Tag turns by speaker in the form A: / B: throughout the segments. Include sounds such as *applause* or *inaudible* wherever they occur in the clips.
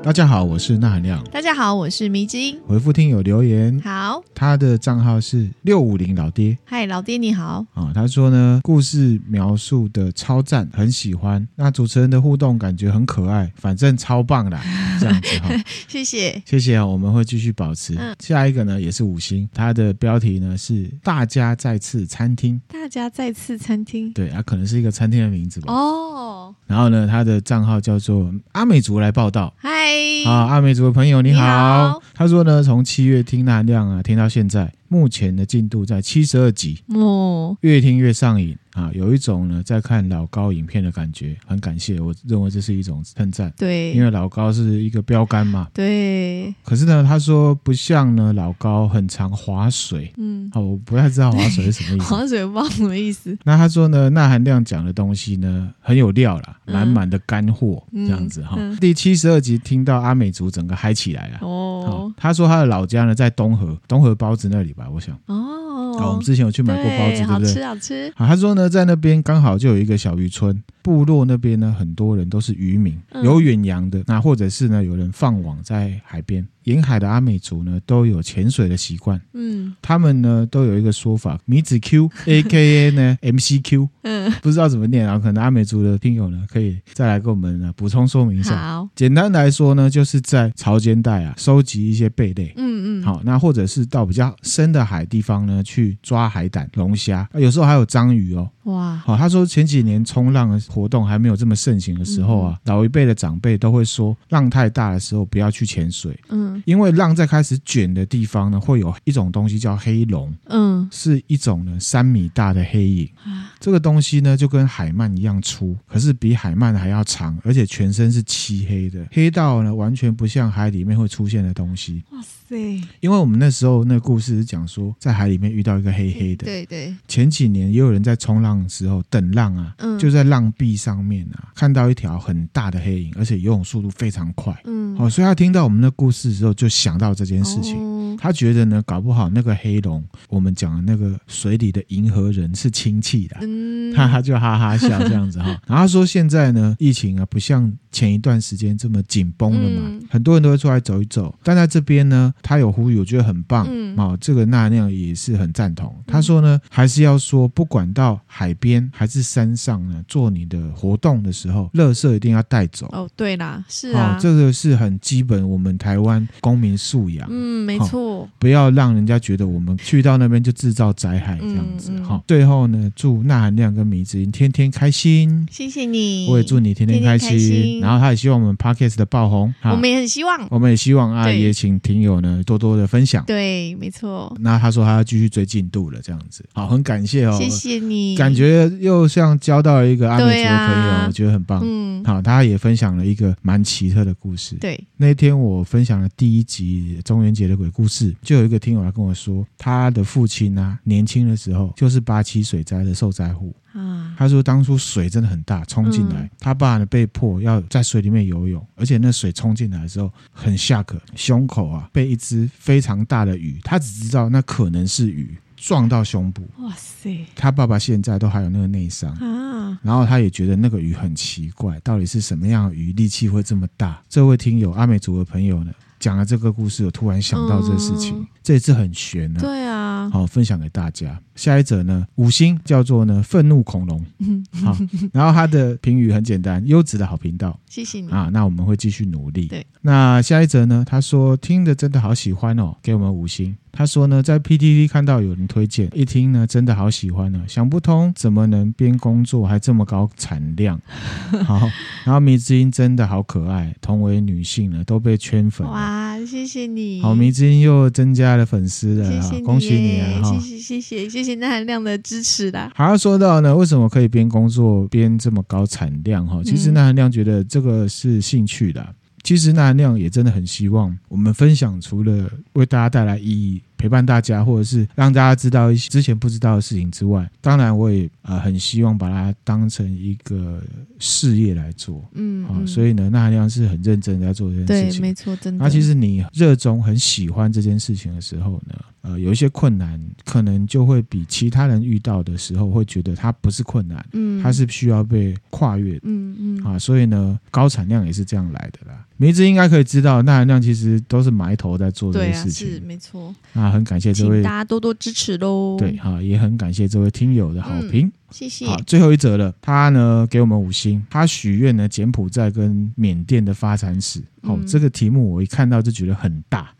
A: 大家好，我是那含亮。
B: 大家好，我是迷之音。
A: 回复听友留言，
B: 好，
A: 他的账号是六五零老爹
B: 嗨，老爹你好，
A: 啊、他说呢，故事描述的超赞，很喜欢。那主持人的互动感觉很可爱，反正超棒
B: *laughs*
A: 啦，这样子哈、
B: 谢谢。
A: 谢谢啊、我们会继续保持。
B: 嗯
A: 下一个呢也是五星，它的标题呢是“大家再次餐厅
B: 大家再次餐”，厅
A: 对，啊它、可能是一个餐厅的名字吧。
B: 哦，
A: 然后呢，它的账号叫做阿美族来报道。
B: 嗨，
A: 好，啊阿美族的朋友你好。
B: 你好
A: 他说呢，从七月听那量啊，听到现在，目前的进度在七十二集，
B: 哦，
A: 越听越上瘾啊，有一种呢在看老高影片的感觉，很感谢，我认为这是一种称赞，因
B: 对
A: 为老高是一个标杆嘛。
B: 对，
A: 可是呢，他说不像呢老高很常划水，
B: 嗯，
A: 哦，我不太知道划水是什么
B: *laughs*
A: 意思。
B: 好水忘什么意思？
A: 那他说呢，那含量讲的东西呢很有料啦，
B: 嗯
A: 满满的干货、这样子哈。
B: 嗯
A: 第七十二集听到阿美族整个嗨起来了。哦
B: 哦，
A: 他说他的老家呢在东河，东河包子那里吧，我想。啊、我
B: 哦
A: 们，之前有去买过包子，对
B: 好
A: 不对？
B: 吃好吃，
A: 啊，他说呢，在那边刚好就有一个小渔村，部落那边呢，很多人都是渔民，
B: 嗯
A: 有远洋的，那或者是呢，有人放网在海边，沿海的阿美族呢，都有潜水的习惯，
B: 嗯
A: 他们呢都有一个说法，米子 Q A K A
B: *laughs*
A: 呢 M C Q，
B: 嗯，
A: 不知道怎么念啊，可能阿美族的听友呢，可以再来给我们呢补充说明一下。
B: 好，
A: 简单来说呢，就是在潮间带啊，收集一些贝类，
B: 嗯嗯，，
A: 好，那或者是到比较深的海地方呢，去抓海胆、龙虾，啊有时候还有章鱼哦。
B: 哇，
A: 好，他说前几年冲浪的活动还没有这么盛行的时候啊，老一辈的长辈都会说，浪太大的时候不要去潜水，
B: 嗯
A: 因为浪在开始卷的地方呢，会有一种东西叫黑龙，
B: 嗯
A: 是一种呢三米大的黑影。
B: 啊，
A: 这个东西呢，就跟海鳗一样粗，可是比海鳗还要长，而且全身是漆黑的，黑到呢完全不像海里面会出现的东西。
B: 哇塞，
A: 因为我们那时候那个故事是讲说，在海里面遇到一个黑黑的。
B: 嗯对对，
A: 前几年也有人在冲浪的时候等浪啊，
B: 嗯
A: 就在浪壁上面啊，看到一条很大的黑影，而且游泳速度非常快。
B: 嗯，哦
A: 哦，所以他听到我们的故事之后，就想到这件事情。
B: 情，
A: 他觉得呢，搞不好那个黑龙，我们讲的那个水里的银河人是亲戚的啊，
B: 嗯，
A: 哈哈，就哈哈笑这样子哈。
B: *laughs*
A: 然后他说现在呢，疫情啊不像前一段时间这么紧绷了嘛，
B: 嗯
A: 很多人都会出来走一走。但在这边呢，他有呼吁，我觉得很棒。
B: 嗯
A: 哦，这个那样也是很赞同。他说呢，还是要说，不管到海边还是山上呢，做你的活动的时候，垃圾一定要带走。
B: 哦，对啦，是
A: 哦
B: 啊，
A: 这个是很基本我们台湾公民素养。
B: 嗯，没
A: 好
B: 错，
A: 不要让人家觉得我们去到那边就制造灾害这样子
B: 嗯嗯
A: 哈、最后呢，祝那含亮跟米子英天天开心，
B: 谢谢你，
A: 我也祝你天天开心。
B: 嗯天天开心
A: 然后他也希望我们 podcast 的爆红，哈
B: 我们也很希望，
A: 我们也希望啊，
B: 对
A: 也请听友呢多多的分享。
B: 对，没错，
A: 那他说他要继续追进度了，这样子，好，很感谢哦，
B: 谢谢你，
A: 感觉又像交到一个阿美族
B: 对
A: 的朋友，
B: 啊
A: 我觉得很棒。
B: 嗯，
A: 好，他也分享了一个蛮奇特的故事。
B: 对，
A: 那天我分享了第一集中元节的鬼故事，就有一个听友来跟我说，他的父亲啊，年轻的时候就是八七水灾的受灾户。
B: 啊，
A: 他说当初水真的很大，冲进来，
B: 嗯
A: 他爸呢被迫要在水里面游泳，而且那水冲进来的时候很下渴，胸口啊被一只非常大的鱼，他只知道那可能是鱼撞到胸部。
B: 哇塞，
A: 他爸爸现在都还有那个内伤，
B: 啊，
A: 然后他也觉得那个鱼很奇怪，到底是什么样的鱼力气会这么大？这位听友阿美族的朋友呢，讲了这个故事，我突然想到这个事情，
B: 嗯
A: 这也是很悬的、
B: 对啊，
A: 好，分享给大家。下一则呢，五星叫做呢愤怒恐龙，
B: 嗯，
A: 好，然后他的评语很简单，优质的好频道
B: 谢谢你，
A: 啊，那我们会继续努力。
B: 嗯对，
A: 那下一则呢，他说听的真的好喜欢哦，给我们五星。他说呢，在 PTT 看到有人推荐，一听呢真的好喜欢呢、想不通怎么能边工作还这么高产
B: *laughs*
A: 量。好，然后迷之音真的好可爱，同为女性呢都被圈粉了。
B: 哇，谢谢你，
A: 好，迷之音又增加了粉丝了
B: 谢
A: 啊，
B: 谢你，
A: 恭喜你啊！哈
B: 谢，谢谢谢谢谢那含量的支持啦，
A: 还要说到呢，为什么可以边工作边这么高产量哈？其实
B: 嗯
A: 那含量觉得这个是兴趣的啊、其实那含量也真的很希望我们分享，除了为大家带来意义、陪伴大家，或者是让大家知道一些之前不知道的事情之外，当然我也呃很希望把它当成一个事业来做
B: 嗯
A: 啊、
B: 嗯，
A: 所以呢，那含量是很认真地在做这件
B: 对
A: 事，情。啊
B: 嗯没错，真的，
A: 那其实你热衷、很喜欢这件事情的时候呢，呃有一些困难，可能就会比其他人遇到的时候会觉得它不是困难，
B: 嗯，
A: 它是需要被跨越的。
B: 嗯嗯
A: 啊，所以呢，高产量也是这样来的啦。梅子应该可以知道，钠含量其实都是埋头在做这
B: 对
A: 些
B: 啊，
A: 事
B: 是
A: 情。
B: 没错，
A: 啊，很感谢这
B: 请
A: 位
B: 大，家多多支持喽。
A: 对，哈、也很感谢这位听友的好
B: 嗯
A: 评。
B: 谢谢。
A: 好，最后一则了。他呢给我们五星，他许愿呢柬埔寨跟缅甸的发展史。哦，
B: 嗯
A: 这个题目我一看到就觉得很
B: *laughs*
A: 大，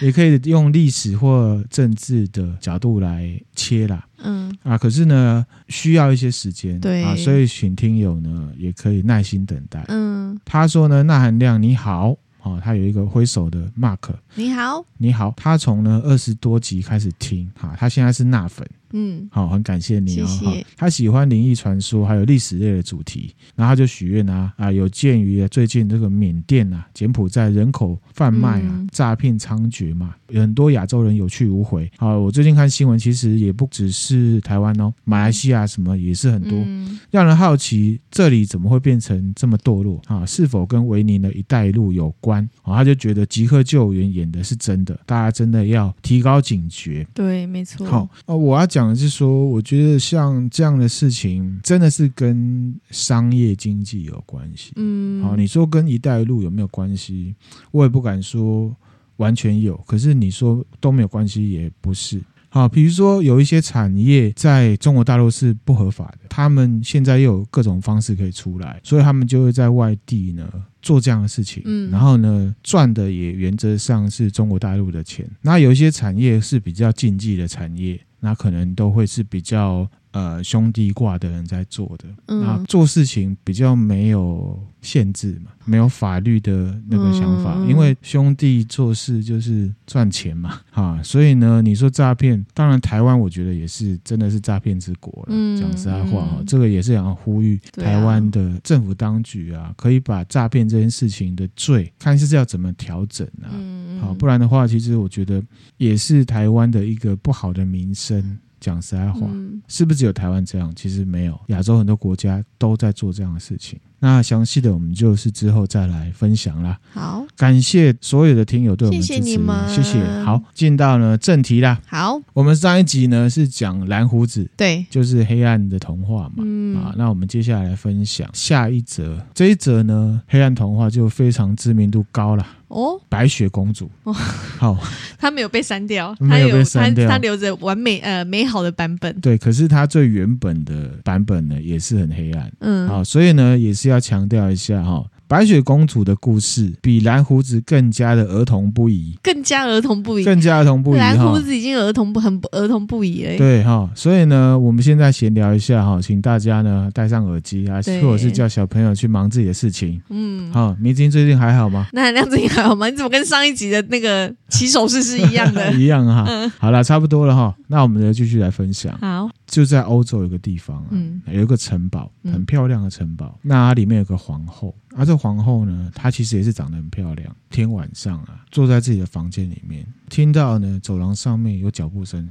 A: 也可以用历史或政治的角度来切啦。
B: 嗯，
A: 啊，可是呢需要一些时间，
B: 对
A: 啊，所以请听友呢也可以耐心等待。
B: 嗯，
A: 他说呢，钠含量你好，哦，他有一个挥手的 mark，
B: 你好，
A: 你好，他从呢二十多集开始听，哈、他现在是钠粉。
B: 嗯
A: 好，很感谢你哦。
B: 谢谢
A: 哈他喜欢灵异传说，还有历史类的主题，然后他就许愿啊啊，有鉴于最近这个缅甸啊、柬埔寨人口贩卖啊、
B: 嗯
A: 诈骗猖獗嘛，有很多亚洲人有去无回。啊，我最近看新闻，其实也不只是台湾哦，马来西亚什么也是很多，
B: 嗯
A: 让人好奇这里怎么会变成这么堕落啊？是否跟维尼的“一带一路”有关？啊，他就觉得《即刻救援》演的是真的，大家真的要提高警觉。
B: 对，没错。
A: 好，呃，我要讲的是说，我觉得像这样的事情，真的是跟商业经济有关系。
B: 嗯，
A: 好，你说跟“一带一路”有没有关系？我也不敢说完全有，可是你说都没有关系，也不是。好，比如说有一些产业在中国大陆是不合法的，他们现在又有各种方式可以出来，所以他们就会在外地呢做这样的事情，
B: 嗯
A: 然后呢赚的也原则上是中国大陆的钱。那有一些产业是比较禁忌的产业，那可能都会是比较呃兄弟挂的人在做的，
B: 嗯
A: 那做事情比较没有限制嘛，没有法律的那个想法，
B: 嗯嗯
A: 因为兄弟做事就是赚钱嘛， *laughs* 啊，所以呢，你说诈骗，当然台湾我觉得也是真的是诈骗之国了。
B: 嗯
A: 讲实在话哦，
B: 嗯
A: 这个也是想要呼吁
B: 对啊
A: 台湾的政府当局啊，可以把诈骗这件事情的罪，看是要怎么调整啊。
B: 嗯，
A: 好，不
B: 然
A: 然的话，其实我觉得也是台湾的一个不好的名声。讲实在话，
B: 嗯
A: 是不是只有台湾这样？其实没有，亚洲很多国家都在做这样的事情。那详细的我们就是之后再来分享啦。
B: 好
A: 感谢所有的听友对我们的支
B: 谢
A: 持，
B: 谢你们
A: 谢谢好，进到呢正题啦。
B: 好，
A: 我们上一集呢是讲蓝胡子，
B: 对，
A: 就是黑暗的童话嘛。啊
B: 嗯，
A: 那我们接下来分享下一则，这一则呢，黑暗童话就非常知名度高了，《
B: 哦，
A: 白雪公主》
B: 哦
A: 好，
B: 他没有被删掉，
A: 没
B: 他
A: 有被删掉
B: 他他留着完美呃美好的版本。
A: 对，可是它最原本的版本呢，也是很黑暗。
B: 嗯，
A: 好，所以呢，也是要强调一下哈、白雪公主的故事比蓝胡子更加的儿童不宜，
B: 更加儿童不宜。
A: 更加儿童不宜
B: 蓝
A: 哈
B: 胡。子已经儿童不很不儿童不宜了。
A: 对哈、所以呢，我们现在闲聊一下哈、请大家呢戴上耳机啊，
B: 对
A: 或者是叫小朋友去忙自己的事情。
B: 嗯，
A: 哈、明晶最近还好
B: *laughs*
A: 吗？
B: 那亮子你还好吗？你怎么跟上一集的
A: *laughs*
B: 那个起手式是一样的？
A: 一样哈、
B: 嗯
A: 好了，差不多了哈、那我们就继续来分享。
B: 好，
A: 就在欧洲有个地方啊，
B: 嗯
A: 有一个城堡，
B: 嗯
A: 很漂亮的城堡。那它里面有个皇后，啊，这皇后呢，她其实也是长得很漂亮。天晚上啊，坐在自己的房间里面，听到呢走廊上面有脚步声，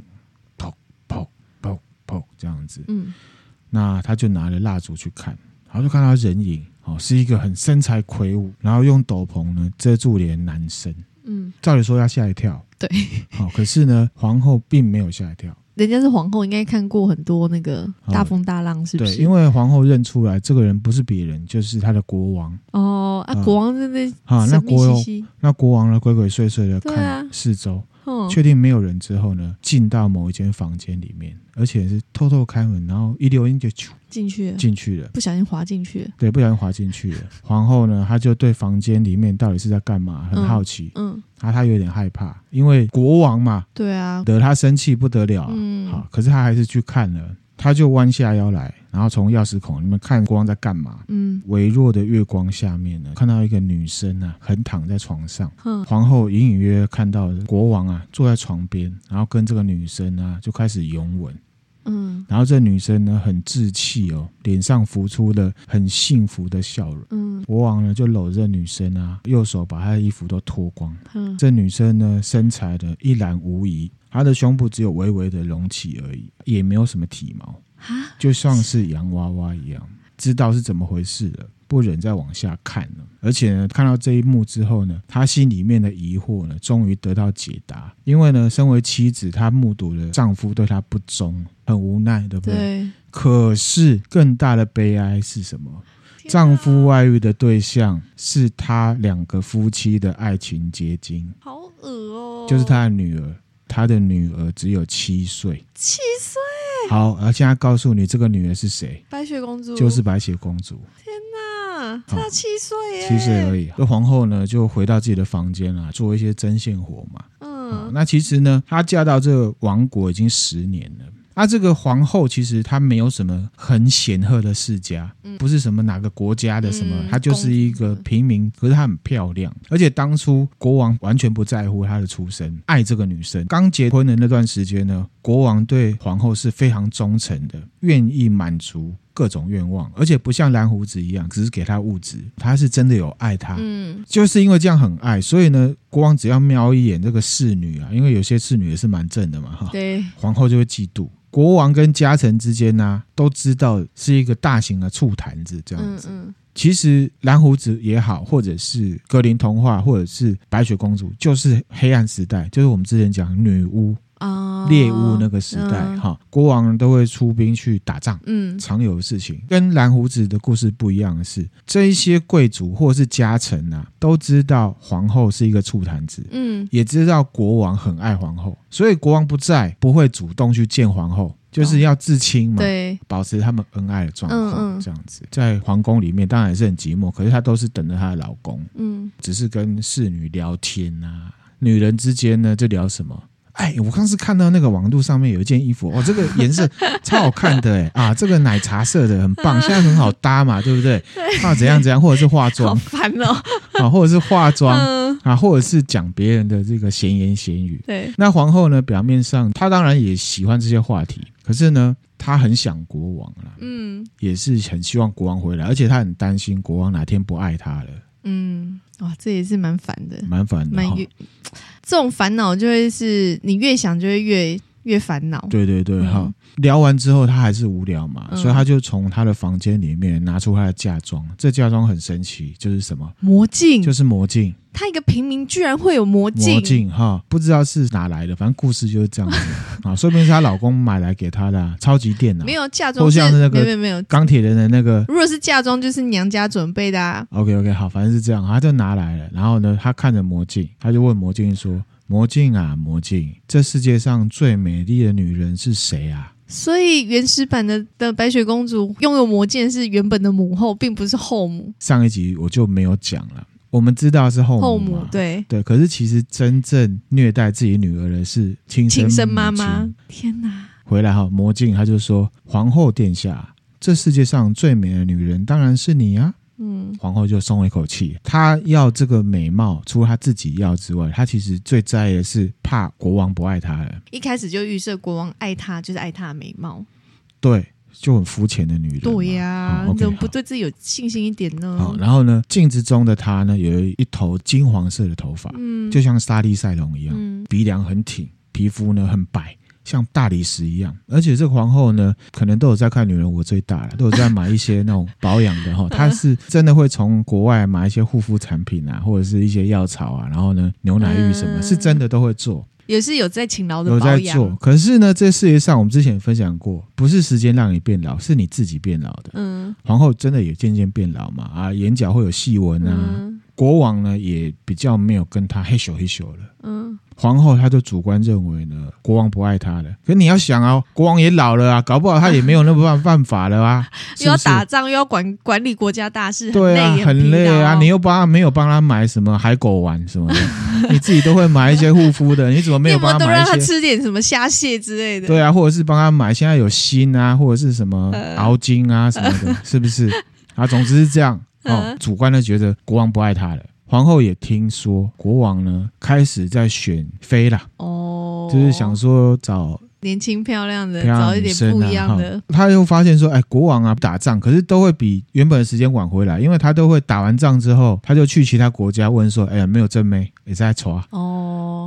A: 砰砰砰砰这样子。
B: 嗯
A: 那她就拿了蜡烛去看，然后就看到人影，哦，是一个很身材魁梧，然后用斗篷呢遮住脸的男生。
B: 嗯，
A: 照理说要吓一跳，
B: 对，
A: 好、可是呢，皇后并没有吓一跳。
B: 人家是皇后，应该看过很多那个
A: 哦
B: 大风大浪，是不
A: 对，
B: 是
A: 因？为皇后认出来这个人不是别人，就是她的国王
B: 哦，啊
A: 嗯，
B: 国王真的
A: 啊。那
B: 神秘
A: 国
B: 兮
A: 王
B: 兮，
A: 那国王呢，鬼鬼祟祟的
B: 对
A: 看
B: 啊
A: 四周，
B: 嗯，
A: 确定没有人之后呢，进到某一间房间里面，而且是偷偷开门，然后一溜烟就咻
B: 进去了，
A: 进去了。
B: 不小心滑进去了，
A: 对，不小心滑进去了。皇后呢，她就对房间里面到底是在干嘛很
B: 嗯
A: 好奇，
B: 嗯，
A: 啊，她有点害怕，因为国王嘛，
B: 对啊，
A: 惹她生气不得了啊、
B: 嗯
A: 好，可是她还是去看了，她就弯下腰来，然后从钥匙孔里面看国王在干嘛。
B: 嗯
A: 微弱的月光下面呢，看到一个女生啊，横躺在床上。
B: 哼，
A: 皇后隐隐约约看到国王啊坐在床边，然后跟这个女生啊就开始拥吻。
B: 嗯
A: 然后这女生呢很稚气哦，脸上浮出了很幸福的笑容。
B: 嗯
A: 国王呢就搂着女生啊，右手把她的衣服都脱光。
B: 嗯，
A: 这女生呢身材的一览无遗，她的胸部只有微微的隆起而已，也没有什么体毛，
B: 啊，
A: 就像是洋娃娃一样。知道是怎么回事了。不忍再往下看了，而且呢，看到这一幕之后呢，她心里面的疑惑呢，终于得到解答。因为呢，身为妻子，她目睹了丈夫对她不忠，很无奈，对不对？
B: 对，
A: 可是更大的悲哀是什么？
B: 天啊
A: 丈夫外遇的对象是她两个夫妻的爱情结晶，
B: 好恶哦，
A: 就是她的女儿。她的女儿只有七岁。
B: 七岁
A: 好，而现在告诉你，这个女儿是谁？
B: 白雪公主，
A: 就是白雪公主，
B: 啊，
A: 好
B: 差七岁耶，
A: 七岁而已。这皇后呢，就回到自己的房间啊，做一些针线活嘛。哦
B: 嗯，
A: 那其实呢，她嫁到这个王国已经十年了。啊，这个皇后其实她没有什么很显赫的世家，不是什么哪个国家的什么，
B: 嗯
A: 她就是一个平民。可是她很漂亮，而且当初国王完全不在乎她的出身，爱这个女生。刚结婚的那段时间呢，国王对皇后是非常忠诚的，愿意满足各种愿望，而且不像蓝胡子一样只是给她物质，他是真的有爱她。
B: 嗯，
A: 就是因为这样很爱，所以呢，国王只要瞄一眼这个侍女啊，因为有些侍女也是蛮正的嘛，哈，
B: 对，
A: 皇后就会嫉妒。国王跟家臣之间呢、都知道是一个大型的醋坛子这样
B: 嗯
A: 子。
B: 嗯，
A: 其实蓝胡子也好，或者是格林童话，或者是白雪公主，就是黑暗时代，就是我们之前讲女巫、
B: 啊，
A: 猎巫那个时代，
B: 嗯
A: 哈、国王都会出兵去打仗。
B: 嗯
A: 常有的事情。跟蓝胡子的故事不一样的是，这一些贵族或是家臣啊，都知道皇后是一个醋坛子，
B: 嗯，
A: 也知道国王很爱皇后，所以国王不在，不会主动去见皇后，就是要至亲嘛。
B: 对，
A: 保持他们恩爱的状况，
B: 嗯嗯
A: 这样子在皇宫里面当然也是很寂寞，可是她都是等着她的老公，
B: 嗯，
A: 只是跟侍女聊天啊。女人之间呢，就聊什么？哎，我刚是看到那个网络上面有一件衣服，哦，这个颜色超好看的哎啊，这个奶茶色的很棒，现在很好搭嘛，对不对？啊，怎样怎样，或者是化
B: *laughs* 好
A: 妆
B: 烦哦，
A: 啊，或者是化妆
B: 嗯，
A: 啊，或者是讲别人的这个闲言闲语。
B: *laughs* 对，
A: 那皇后呢，表面上她当然也喜欢这些话题，可是呢，她很想国王啦，
B: 嗯
A: 也是很希望国王回来，而且她很担心国王哪天不爱她了，
B: 嗯，哇，这也是蛮烦的，
A: 蛮烦的哦
B: 蛮
A: 哈。
B: 越这种烦恼就会是你越想就会越越烦恼，
A: 对对对，
B: 嗯
A: 哈、聊完之后他还是无聊嘛，
B: 嗯
A: 所以他就从他的房间里面拿出他的嫁妆，这嫁妆很神奇，就是什么？
B: 魔镜
A: 就，是魔镜，
B: 他一个平民居然会有魔
A: 魔
B: 嗯镜，
A: 镜哈，不知道是哪来的，反正故事就是这样子啊，说不定是她老公买来给她的啊、超级电脑
B: 没，有嫁
A: 都
B: 妆
A: 像是那个
B: 没有没有没有，
A: 钢铁人的那个。
B: 如果是嫁妆就是娘家准备的啊，
A: OK OK，好，反正是这样，他就拿来了，然后呢，他看着魔镜，他就问魔镜说：“魔镜啊，魔镜，这世界上最美丽的女人是谁啊？”
B: 所以原始版的的白雪公主拥有魔剑是原本的母后，并不是后母。
A: 上一集我就没有讲了，我们知道是后母
B: 后
A: 嘛
B: 母对，
A: 对，可是其实真正虐待自己女儿的是亲生
B: 亲生妈
A: 母亲
B: 妈。天哪，
A: 回来后，魔镜他就说：“皇后殿下，这世界上最美的女人当然是你啊！”
B: 嗯，
A: 皇后就松了一口气。她要这个美貌，除了她自己要之外，她其实最在意的是怕国王不爱她了。
B: 一开始就预设国王爱她就是爱她的美貌。
A: 对，就很肤浅的女人嘛。
B: 对呀、
A: 好
B: 你
A: ，OK，
B: 怎么
A: 好
B: 不对自己有信心一点呢
A: 好，？然后呢，镜子中的她呢，有一头金黄色的头发，
B: 嗯，
A: 就像沙利赛龙一样。
B: 嗯
A: 鼻梁很挺，皮肤呢很白，像大理石一样。而且这个皇后呢，可能都有在看《女人我最大》了，都有在买一些那种保养的哈。
B: *laughs*
A: 她是真的会从国外买一些护肤产品啊，或者是一些药草啊，然后呢牛奶浴什么，
B: 嗯
A: 是真的都会做，
B: 也是有在勤劳的
A: 有
B: 保
A: 在
B: 养。
A: 做。可是呢，这世界上我们之前也分享过，不是时间让你变老，是你自己变老的。
B: 嗯
A: 皇后真的也渐渐变老嘛，啊，眼角会有细纹啊。
B: 嗯
A: 国王呢也比较没有跟她嘿咻嘿咻了。
B: 嗯，
A: 皇后她就主观认为呢，国王不爱她了。可你要想啊，国王也老了啊，搞不好他也没有那么办办法了啊，是
B: *laughs* 又要
A: 不是？
B: 打仗，又要管管理国家大事，
A: 对啊，
B: 很累，
A: 很累啊，
B: 疲劳
A: 你又帮他没有帮他买什么海狗丸什么的， *laughs* 你自己都会买一些护肤的，你怎么没
B: *laughs* 你
A: 有
B: 有没
A: 帮
B: 有
A: 他
B: 都
A: 买
B: 让他
A: 一些？
B: 吃点什么虾蟹之类的？
A: 对啊，或者是帮他买现在有锌啊，或者是什么
B: 呃
A: 熬精
B: *laughs*
A: 啊什么的，是不是？啊，总之是这样哦
B: 嗯。
A: 主观的觉得国王不爱她了，皇后也听说国王呢开始在选妃啦，
B: 哦，
A: 就是想说找
B: 年轻漂亮的，
A: 漂亮
B: 找一
A: 女
B: 点
A: 生
B: 不
A: 啊
B: 一样的
A: 哈。他又发现说，哎，国王啊打仗，可是都会比原本的时间晚回来，因为他都会打完仗之后，他就去其他国家问说，哎呀，没有正妹也在抓。
B: 哦，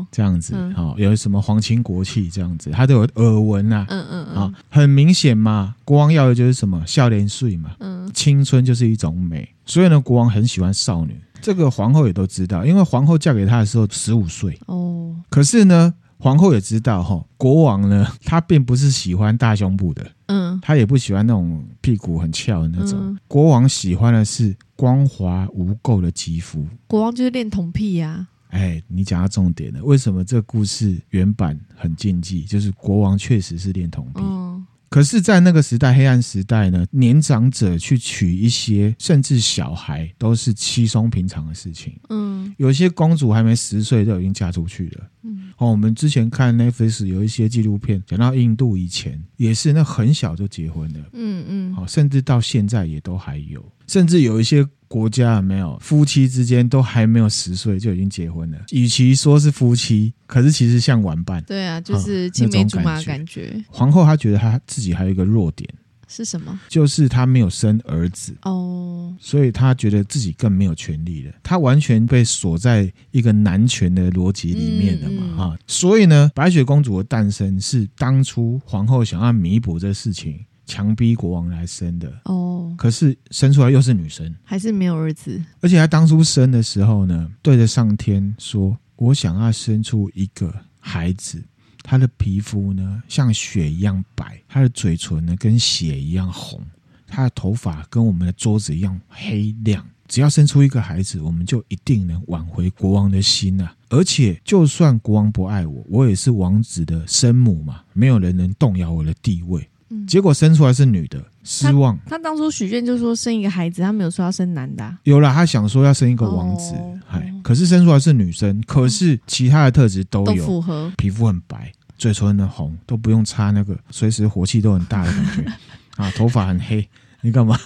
B: 哦，
A: 这样子，
B: 嗯
A: 好、有什么皇亲国戚这样子，他都有耳闻啊，
B: 嗯嗯
A: 啊
B: 嗯，
A: 很明显嘛，国王要的就是什么笑脸睡嘛，
B: 嗯，
A: 青春就是一种美，所以呢，国王很喜欢少女，这个皇后也都知道，因为皇后嫁给他的时候十五岁，
B: 哦，
A: 可是呢，皇后也知道哈、国王呢，他并不是喜欢大胸部的，
B: 嗯
A: 他也不喜欢那种屁股很翘的那种，
B: 嗯
A: 国王喜欢的是光滑无垢的肌肤。
B: 国王就是恋童癖啊呀、
A: 哎，你讲到重点了。为什么这个故事原版很禁忌？就是国王确实是恋童癖，
B: 嗯
A: 可是，在那个时代，黑暗时代呢，年长者去娶一些甚至小孩，都是稀松平常的事情。
B: 嗯
A: 有些公主还没十岁就已经嫁出去了。
B: 嗯
A: 哦，我们之前看 Netflix 有一些纪录片，讲到印度以前也是，那很小就结婚了。
B: 嗯嗯，
A: 哦，甚至到现在也都还有，甚至有一些国家有没有夫妻之间都还没有十岁就已经结婚了。与其说是夫妻，可是其实像玩伴。
B: 对啊，就是青梅竹马的感觉
A: 皇后她觉得她自己还有一个弱点，
B: 是什么？
A: 就是她没有生儿子。
B: 哦，
A: 所以她觉得自己更没有权利了，她完全被锁在一个男权的逻辑里面了嘛
B: 嗯嗯
A: 哈、所以呢，白雪公主的诞生是当初皇后想要弥补这事情，强逼国王来生的。
B: 哦，
A: 可是生出来又是女生，
B: 还是没有儿子，
A: 而且她当初生的时候呢，对着上天说：“我想要生出一个孩子，他的皮肤呢像雪一样白，他的嘴唇呢跟血一样红，他的头发跟我们的桌子一样黑亮。只要生出一个孩子，我们就一定能挽回国王的心啊！而且，就算国王不爱我，我也是王子的生母嘛，没有人能动摇我的地位。
B: 嗯，
A: 结果生出来是女的，失望。
B: 他当初许愿就说生一个孩子，他没有说要生男的啊、
A: 有了，他想说要生一个王子
B: 哦，
A: 哎、
B: 哦
A: 可是生出来是女生，可是其他的特质都
B: 都
A: 有，
B: 符合， *laughs*
A: 皮肤很白，嘴唇很红，都不用擦那个，随时火气都很大的感
B: *laughs*
A: 觉啊，头发很黑，你干嘛？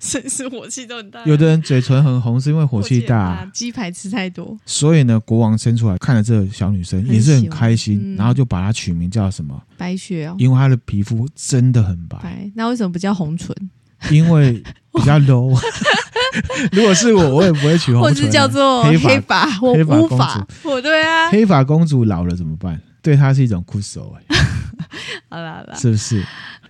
B: 甚至火气都很大
A: 有的人嘴唇很红是因为火气大、
B: 鸡排吃太多，
A: 所以呢，国王生出来看了这个小女生
B: 很
A: 也是很
B: 喜欢
A: 开心，
B: 嗯
A: 然后就把她取名叫什么？
B: 白雪哦，
A: 因为她的皮肤真的很白，
B: 白，那为什么不叫红唇？
A: 因为比较 low。如果是我，我也不会取红唇啊、
B: *laughs* 或是叫做
A: 黑发
B: 黑发或
A: 黑发
B: 乌
A: 公
B: 发，我对啊，
A: 黑发公主老了怎么办？对她是一种酷手、欸，
B: 好啦好啦，
A: 是不是？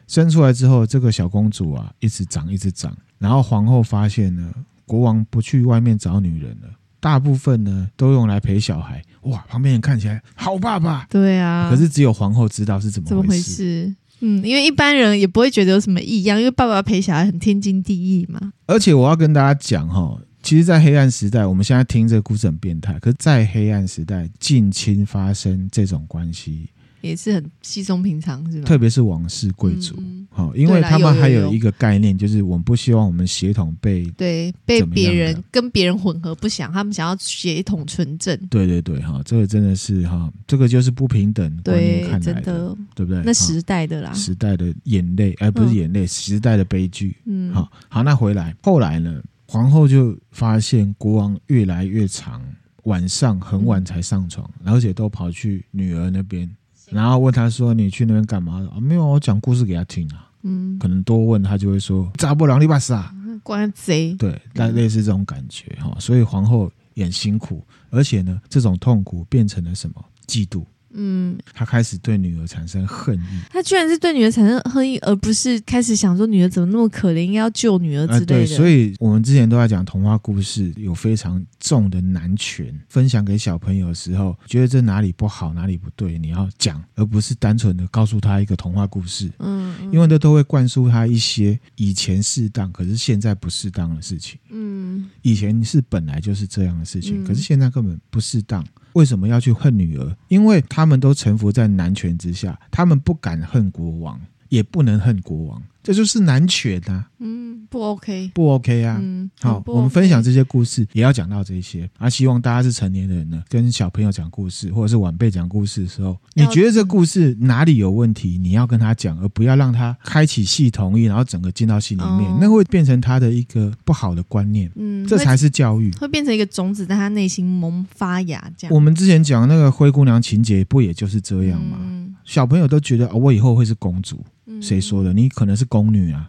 A: 生出来之后，这个小公主啊，一直长，一直长。然后皇后发现呢，国王不去外面找女人了，大部分呢都用来陪小孩。哇，旁边人看起来好爸爸，
B: 对啊，
A: 可是只有皇后知道是怎么
B: 怎么
A: 回
B: 回
A: 事。
B: 事？嗯，因为一般人也不会觉得有什么异样，因为爸爸陪小孩很天经地义嘛。
A: 而且我要跟大家讲哈、其实，在黑暗时代，我们现在听这个故事很变态，可是，在黑暗时代，近亲发生这种关系，
B: 也是很稀松平常，是吧？
A: 特别是王室贵族。
B: 嗯嗯嗯
A: 好，因为
B: 对啦
A: 他们
B: 有
A: 还
B: 有
A: 有
B: 有
A: 一个概念，就是我们不希望我们血统被，
B: 对，被
A: 怎么
B: 别
A: 样
B: 人
A: 的
B: 跟别人混合不想，他们想要血统纯正，
A: 对对对，哈，这个真的是哈，这个就是不平等观念
B: 对
A: 看，来
B: 真的
A: 对不对？哈
B: 那时代的啦，
A: 时代的眼泪，哎，不是
B: 嗯
A: 眼泪，时代的悲剧。
B: 嗯，
A: 好，好，那回来，后来呢，皇后就发现国王越来越长，晚上很晚才上床，而且都跑去女儿那边，然后问她说：“你去那边干嘛？”啊，没有，我讲故事给她听啊。
B: 嗯，
A: 可能多问她就会说：“扎波朗利巴萨。”
B: 关贼，
A: 对，类类似这种感觉哈、所以皇后也很辛苦，而且呢，这种痛苦变成了什么？嫉妒，
B: 嗯，
A: 她开始对女儿产生恨意。
B: 他居然是对女儿产生恨意，而不是开始想说女儿怎么那么可怜，应该要救女儿之类
A: 啊对，
B: 的。
A: 所以我们之前都在讲童话故事，有非常重的男权，分享给小朋友的时候，觉得这哪里不好，哪里不对，你要讲，而不是单纯的告诉他一个童话故事，
B: 嗯，嗯，
A: 因为这都会灌输他一些以前适当，可是现在不适当的事情。
B: 嗯
A: 以前是本来就是这样的事情，
B: 嗯
A: 可是现在根本不适当。为什么要去恨女儿？因为他们都臣服在男权之下，他们不敢恨国王，也不能恨国王，这就是男权啊，
B: 嗯，不 OK，
A: 不 OK 啊。
B: 嗯，
A: 好
B: 很，不
A: 我们分
B: OK
A: 享这些故事，也要讲到这些啊。希望大家是成年人呢，跟小朋友讲故事，或者是晚辈讲故事的时候，你
B: 要
A: 觉得这故事哪里有问题，你要跟他讲，而不要让他开启系统一，然后整个进到心里面，
B: 哦
A: 那会变成他的一个不好的观念，
B: 嗯，
A: 这
B: 会
A: 才是教育。
B: 会变成一个种子，在他内心萌发芽，这样
A: 我们之前讲那个灰姑娘情节，不也就是这样吗？
B: 嗯
A: 小朋友都觉得、哦、我以后会是公主，
B: 嗯
A: 谁说的？你可能是宫女
B: *laughs*
A: 啊，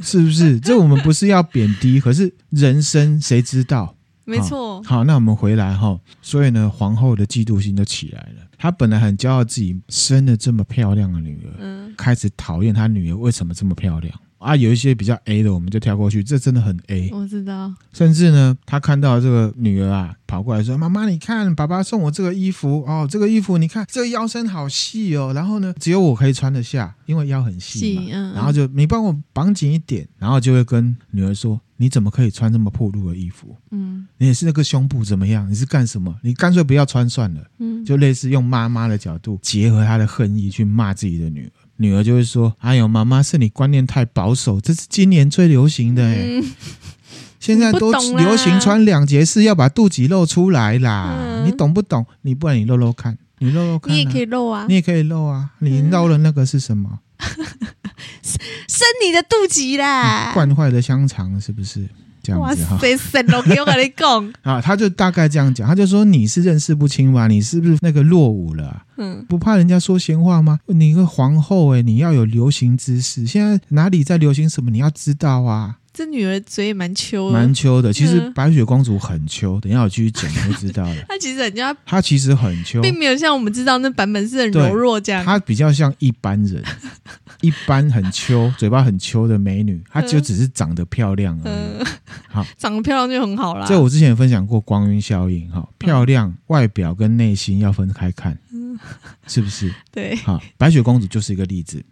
A: 是不是？这我们不是要贬低，可是人生谁知道？
B: 没错，
A: 好，那我们回来哈，所以呢，皇后的嫉妒心就起来了。她本来很骄傲自己生了这么漂亮的女儿，
B: 嗯，
A: 开始讨厌她女儿为什么这么漂亮啊？有一些比较 A 的，我们就跳过去，这真的很 A。
B: 我知道，
A: 甚至呢，她看到这个女儿啊，跑过来说：“妈妈，你看，爸爸送我这个衣服哦，这个衣服你看，这个腰身好细哦，然后呢，只有我可以穿得下，因为腰很细嘛。
B: 细嗯嗯
A: 然后就你帮我绑紧一点，然后就会跟女儿说：你怎么可以穿这么暴露的衣服？
B: 嗯
A: 你也是那个胸部怎么样？你是干什么？你干脆不要穿算了。
B: 嗯，
A: 就类似用妈妈的角度，结合她的恨意去骂自己的女儿。女儿就会说：“哎呦，妈妈是你观念太保守，这是今年最流行的、欸，
B: 嗯
A: 现在都
B: 你不懂啦
A: 流行穿两节式，要把肚脐露出来啦，
B: 嗯
A: 你懂不懂？你不然你露露看，你露露看、啊，
B: 你也可以露啊
A: 你，也可以露啊，你
B: 嗯
A: 露了那个是什么？
B: 伸你的肚脐啦，
A: 惯坏的香肠是不是？嗯这样
B: 啊哇
A: 子哈。”
B: 塞，神龙给我跟你讲，
A: 啊，他就大概这样讲，他就说你是认识不清吧？你是不是那个落伍了啊、
B: 嗯，
A: 不怕人家说闲话吗？你一个皇后哎、你要有流行知识。现在哪里在流行什么，你要知道啊。
B: 这女儿嘴也蛮秋的
A: 蛮，秋的，其实
B: 嗯
A: 白雪公主很秋，等一下我继续讲你就知道了
B: *laughs* 。她其实人家
A: 她其实很秋，
B: 并没有像我们知道那版本是很柔弱这样，
A: 她比较像一般
B: *laughs*
A: 人，一般很秋，嘴巴很秋的美女，她就只是长得漂亮而已。
B: 嗯，
A: 好，
B: 长得漂亮就很好啦，
A: 这我之前也分享过光晕效应哈，漂亮外表跟内心要分开看，
B: 嗯
A: 是不是？
B: 对。
A: 好，白雪公主就是一个例子。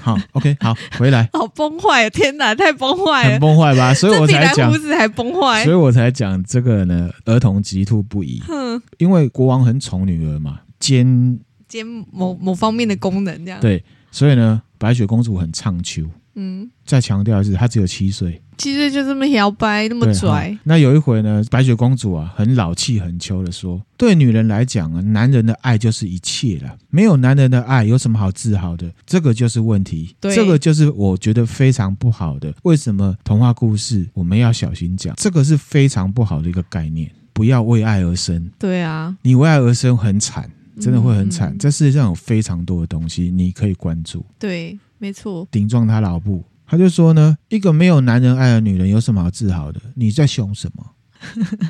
A: 好，OK，好，回来。
B: 好崩坏！哦天哪，太崩坏
A: 很
B: 了，
A: 崩坏
B: *laughs*
A: 吧？所以
B: 这
A: 我
B: 比
A: 才
B: 蓝
A: 讲
B: 胡，子还崩坏
A: 所以。我才讲这个呢，儿童极兔不已，
B: 哼，
A: 因为国王很宠女儿嘛，兼
B: 兼某某方面的功能这样。，
A: 对，所以呢，白雪公主很唱秋。
B: 嗯，
A: 再强调一次，她只有七岁，
B: 其实就这么摇摆，
A: 那
B: 那么拽。
A: 那有一回呢，白雪公主啊，很老气横秋的说：“对女人来讲啊，男人的爱就是一切了，没有男人的爱，有什么好自豪的？这个就是问题，
B: 对
A: 这个就是我觉得非常不好的。为什么童话故事我们要小心讲？这个是非常不好的一个概念，不要为爱而生，
B: 对啊，
A: 你为爱而生很惨。”真的会很惨，
B: 嗯嗯
A: 这世界上有非常多的东西你可以关注。
B: 对，没错。，
A: 顶撞他老布，他就说呢，一个没有男人爱的女人有什么好自豪的？你在凶什么？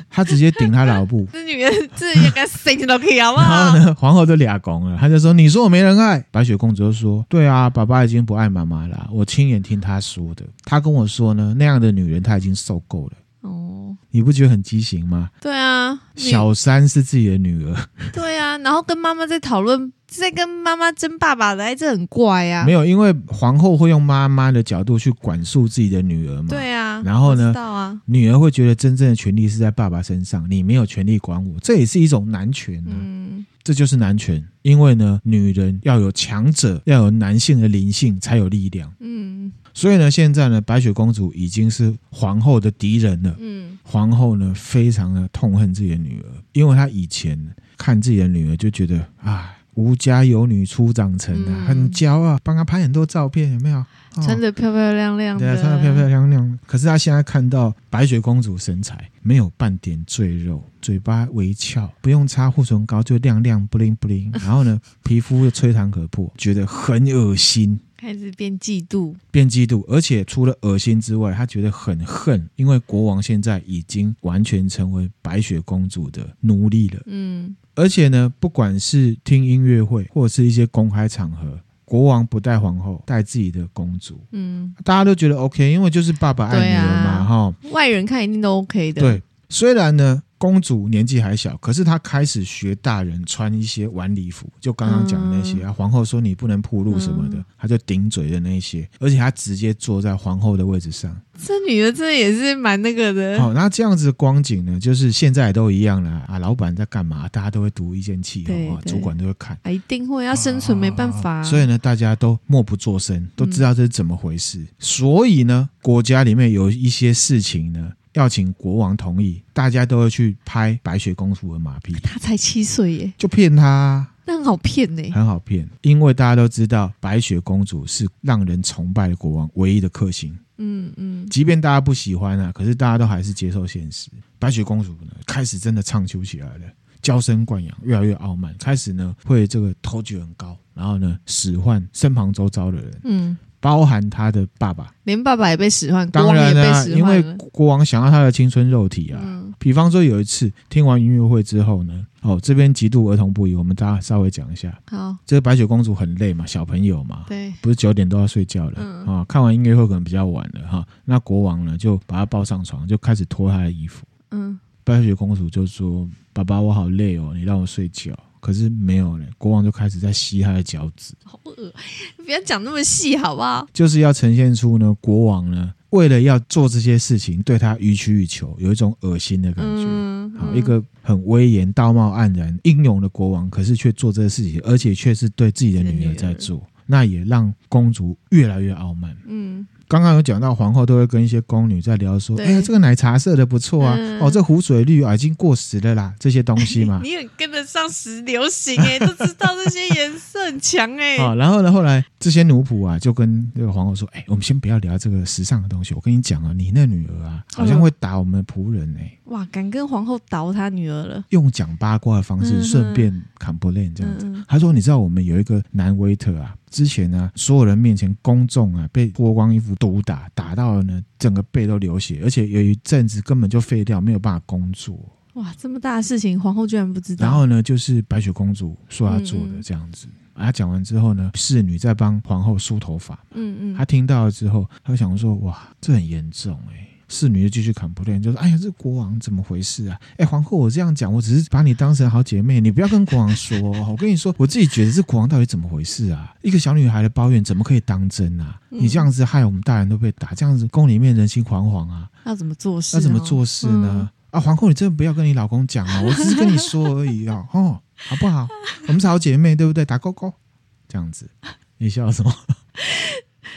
A: 他直接顶他老布
B: *laughs* 这女人这应该谁都可以，好不
A: 然后
B: 好？
A: 呢，皇后就俩拱了，他就说：“你说我没人爱。”白雪公主就说：“对啊，爸爸已经不爱妈妈了，我亲眼听他说的。他跟我说呢，那样的女人他已经受够了。
B: 哦，
A: 你不觉得很畸形吗？
B: 对啊，你
A: 小三是自己的女儿，
B: 对啊，然后跟妈妈在讨论，在跟妈妈争爸爸的爱，这很怪啊
A: 没。有，因为皇后会用妈妈的角度去管束自己的女儿嘛。
B: 对啊，
A: 然后呢
B: 我知道啊，
A: 女儿会觉得真正的权利是在爸爸身上，你没有权利管我，这也是一种男权啊，
B: 嗯，
A: 这就是男权。因为呢，女人要有强者，要有男性的灵性才有力量。
B: 嗯
A: 所以呢，现在呢，白雪公主已经是皇后的敌人了。
B: 嗯，
A: 皇后呢，非常的痛恨自己的女儿，因为她以前看自己的女儿就觉得啊，无家有女初长成啊，
B: 嗯
A: 很骄傲，帮她拍很多照片，有没有？哦
B: 穿的漂漂亮亮
A: 对
B: 的，
A: 啊，穿的漂漂亮亮。可是她现在看到白雪公主身材没有半点赘肉，嘴巴微翘，不用擦护唇膏就亮亮不灵不灵。然后呢，皮肤又吹弹可破，觉得很恶心。
B: 开始变嫉妒。
A: 变嫉妒，而且除了恶心之外，她觉得很恨，因为国王现在已经完全成为白雪公主的奴隶了。
B: 嗯，
A: 而且呢，不管是听音乐会或者是一些公开场合，国王不带皇后，带自己的公主，
B: 嗯，
A: 大家都觉得 OK，因为就是爸爸爱女儿
B: 对
A: 嘛，
B: 啊
A: 哈、
B: 外人看一定都 OK 的。，
A: 对，虽然呢，公主年纪还小，可是她开始学大人穿一些晚礼服，就刚刚讲的那些、啊。皇后说你不能铺路什么的
B: 嗯，
A: 她就顶嘴的那些，而且她直接坐在皇后的位置上。
B: 这女的真的也是蛮那个的。
A: 好，那这样子的光景呢，就是现在都一样啦啊，老板在干嘛，大家都会读意见气
B: 对
A: 候啊，
B: 对
A: 主管都会看。
B: 啊，一定会要生存，没办法、
A: 哦所以呢，大家都默不作声，都知道这是怎么回事。所以呢，国家里面有一些事情呢，要请国王同意，大家都会去拍白雪公主的马屁，
B: 他才七岁耶，
A: 就骗她啊，
B: 那很好骗呢。
A: 很好骗。因为大家都知道，白雪公主是让人崇拜的国王唯一的克星，
B: 嗯嗯，
A: 即便大家不喜欢啊，可是大家都还是接受现实。白雪公主呢，开始真的唱秋起来了。娇生惯养，越来越傲慢，开始呢会这个头举很高，然后呢使唤身旁周遭的人，
B: 嗯，
A: 包含他的爸爸。
B: 连爸爸也被使唤，国
A: 当
B: 王也
A: 然
B: 被
A: 啊，
B: 使
A: 因为
B: 唤了。
A: 国王想要他的青春肉体啊。
B: 嗯，
A: 比方说有一次听完音乐会之后呢，哦，这边极度儿童不宜，我们大家稍微讲一下，
B: 好，
A: 这个白雪公主很累嘛，小朋友嘛。
B: 对，
A: 不是九点都要睡觉了啊、
B: 嗯
A: 哦看完音乐会可能比较晚了哈、那国王呢就把她抱上床，就开始脱她的衣服。
B: 嗯，
A: 白雪公主就说：“爸爸，我好累哦，你让我睡觉。”可是没有嘞，国王就开始在吸她的脚趾，
B: 好恶，不要讲那么细好不好？
A: 就是要呈现出呢，国王呢为了要做这些事情，对她予取予求，有一种恶心的感觉。
B: 嗯，
A: 好，
B: 嗯
A: 一个很威严、道貌岸然、英勇的国王，可是却做这个事情，而且却是对自己的女儿在做，那也让公主越来越傲慢。
B: 嗯，
A: 刚刚有讲到皇后都会跟一些宫女在聊说，
B: 对
A: 哎呀，这个奶茶色的不错啊，
B: 嗯。
A: 哦，这湖水绿啊已经过时了啦，这些东西嘛
B: 你很跟得上时流行哎、都知道这些颜色很强
A: *laughs*
B: 哎、 *laughs*
A: 啊、然后呢？后来这些奴仆啊，就跟这个皇后说：“哎，我们先不要聊这个时尚的东西。我跟你讲啊，你那女儿啊，好像
B: 嗯
A: 会打我们的仆人哎、
B: 哇，敢跟皇后倒他女儿了，
A: 用讲八卦的方式，
B: 嗯
A: 顺便 complain 这样子。”
B: 嗯
A: 他说：“你知道我们有一个男 waiter 啊，之前呢、所有人面前公众啊被脱光衣服毒打，打到了呢整个背都流血，而且有一阵子根本就废掉，没有办法工作。
B: 嗯，哇，这么大的事情，皇后居然不知道，
A: 然后呢，就是白雪公主说她做
B: 嗯
A: 的
B: 嗯
A: 这样子。啊她讲完之后呢，侍女在帮皇后梳头发，
B: 嗯
A: 她
B: 嗯，
A: 听到了之后，她就想说：哇，这很严重哎、侍女就继续 complain，就说：“哎呀，这国王怎么回事啊？哎，皇后，我这样讲，我只是把你当成好姐妹，你不要跟国王说哦、我跟你说，我自己觉得这国王到底怎么回事啊？一个小女孩的抱怨怎么可以当真啊？你这样子害我们大人都被打，这样子宫里面人心惶惶啊！
B: 要怎么做事、嗯
A: 那怎么？做事呢？啊，皇后，你真的不要跟你老公讲啊，我只是跟你说而已啊， *laughs* 哦，好不好？我们是好姐妹，对不对？打勾勾，这样子，你笑什么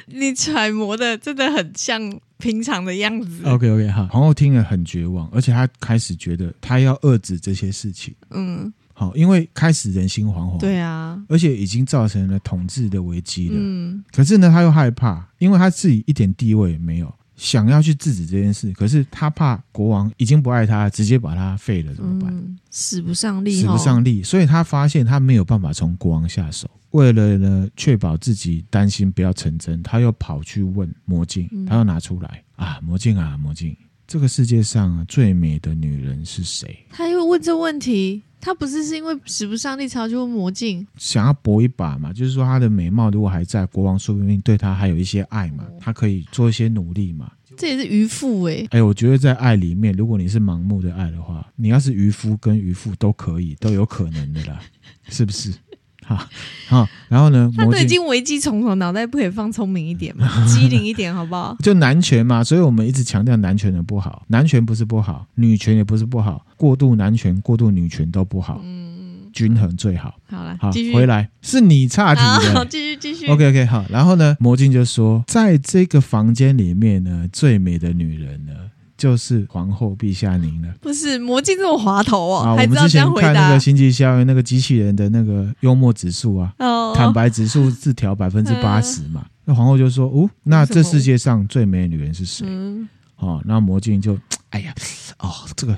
B: 你揣摩的真的很像平常的样子，
A: ？OK OK，好，皇后听了很绝望，而且她开始觉得她要遏制这些事情，
B: 嗯，
A: 好，因为开始人心惶惶，，
B: 对啊，
A: 而且已经造成了统治哦的危机了。
B: 嗯，
A: 可是呢，她又害怕，因为她自己一点地位也没有。想要去制止这件事，可是她怕国王已经不爱她，直接把她废了怎么办？
B: 嗯，使不上力，
A: 使不上力，所以他发现他没有办法从国王下手。为了呢，确保自己担心不要成真，他又跑去问魔镜，
B: 嗯
A: 他又拿出来、啊，魔镜啊，魔镜，这个世界上啊最美的女人是谁？
B: 他又问这问题，他不是是因为使不上力才要去问魔镜？
A: 想要搏一把嘛，就是说她的美貌如果还在，国王说不定对她还有一些爱嘛
B: 哦，
A: 她可以做一些努力嘛。
B: 这也是渔夫哎、
A: 哎，我觉得在爱里面，如果你是盲目的爱的话，你要是渔夫跟渔妇都可以，都有可能的啦，是不是？ *laughs* 哈，好，然后呢，
B: 他
A: 魔
B: 都已
A: 镜。
B: 经危机重重，脑袋不可以放聪明一点
A: *laughs*
B: 吗？机灵一点好不好？
A: 就男权嘛，所以我们一直强调男权的不好，男权不是不好，女权也不是不好，过度男权、过度女权都不好，
B: 嗯，
A: 均衡最好。
B: 好了
A: 好，，
B: 继续啊
A: 回来是你岔题
B: 好，
A: 的。
B: 继续继续。
A: OK OK 好，然后呢，魔镜就说，在这个房间里面呢，最美的女人呢，就是皇后陛下您了。
B: 不是魔镜这么滑头哦，
A: 啊，我
B: 还
A: 们
B: 知道
A: 之
B: 这
A: 前
B: 样回
A: 看那
B: 答
A: 个《星际效应》那个机器人的那个幽默指数啊，
B: 哦。
A: 坦白指数是
B: *laughs*
A: 调百分之八十嘛。那皇后就说，哦，那这世界上最美的女人是谁？
B: 嗯，
A: 哦，那魔镜就，哎呀，哦，这个，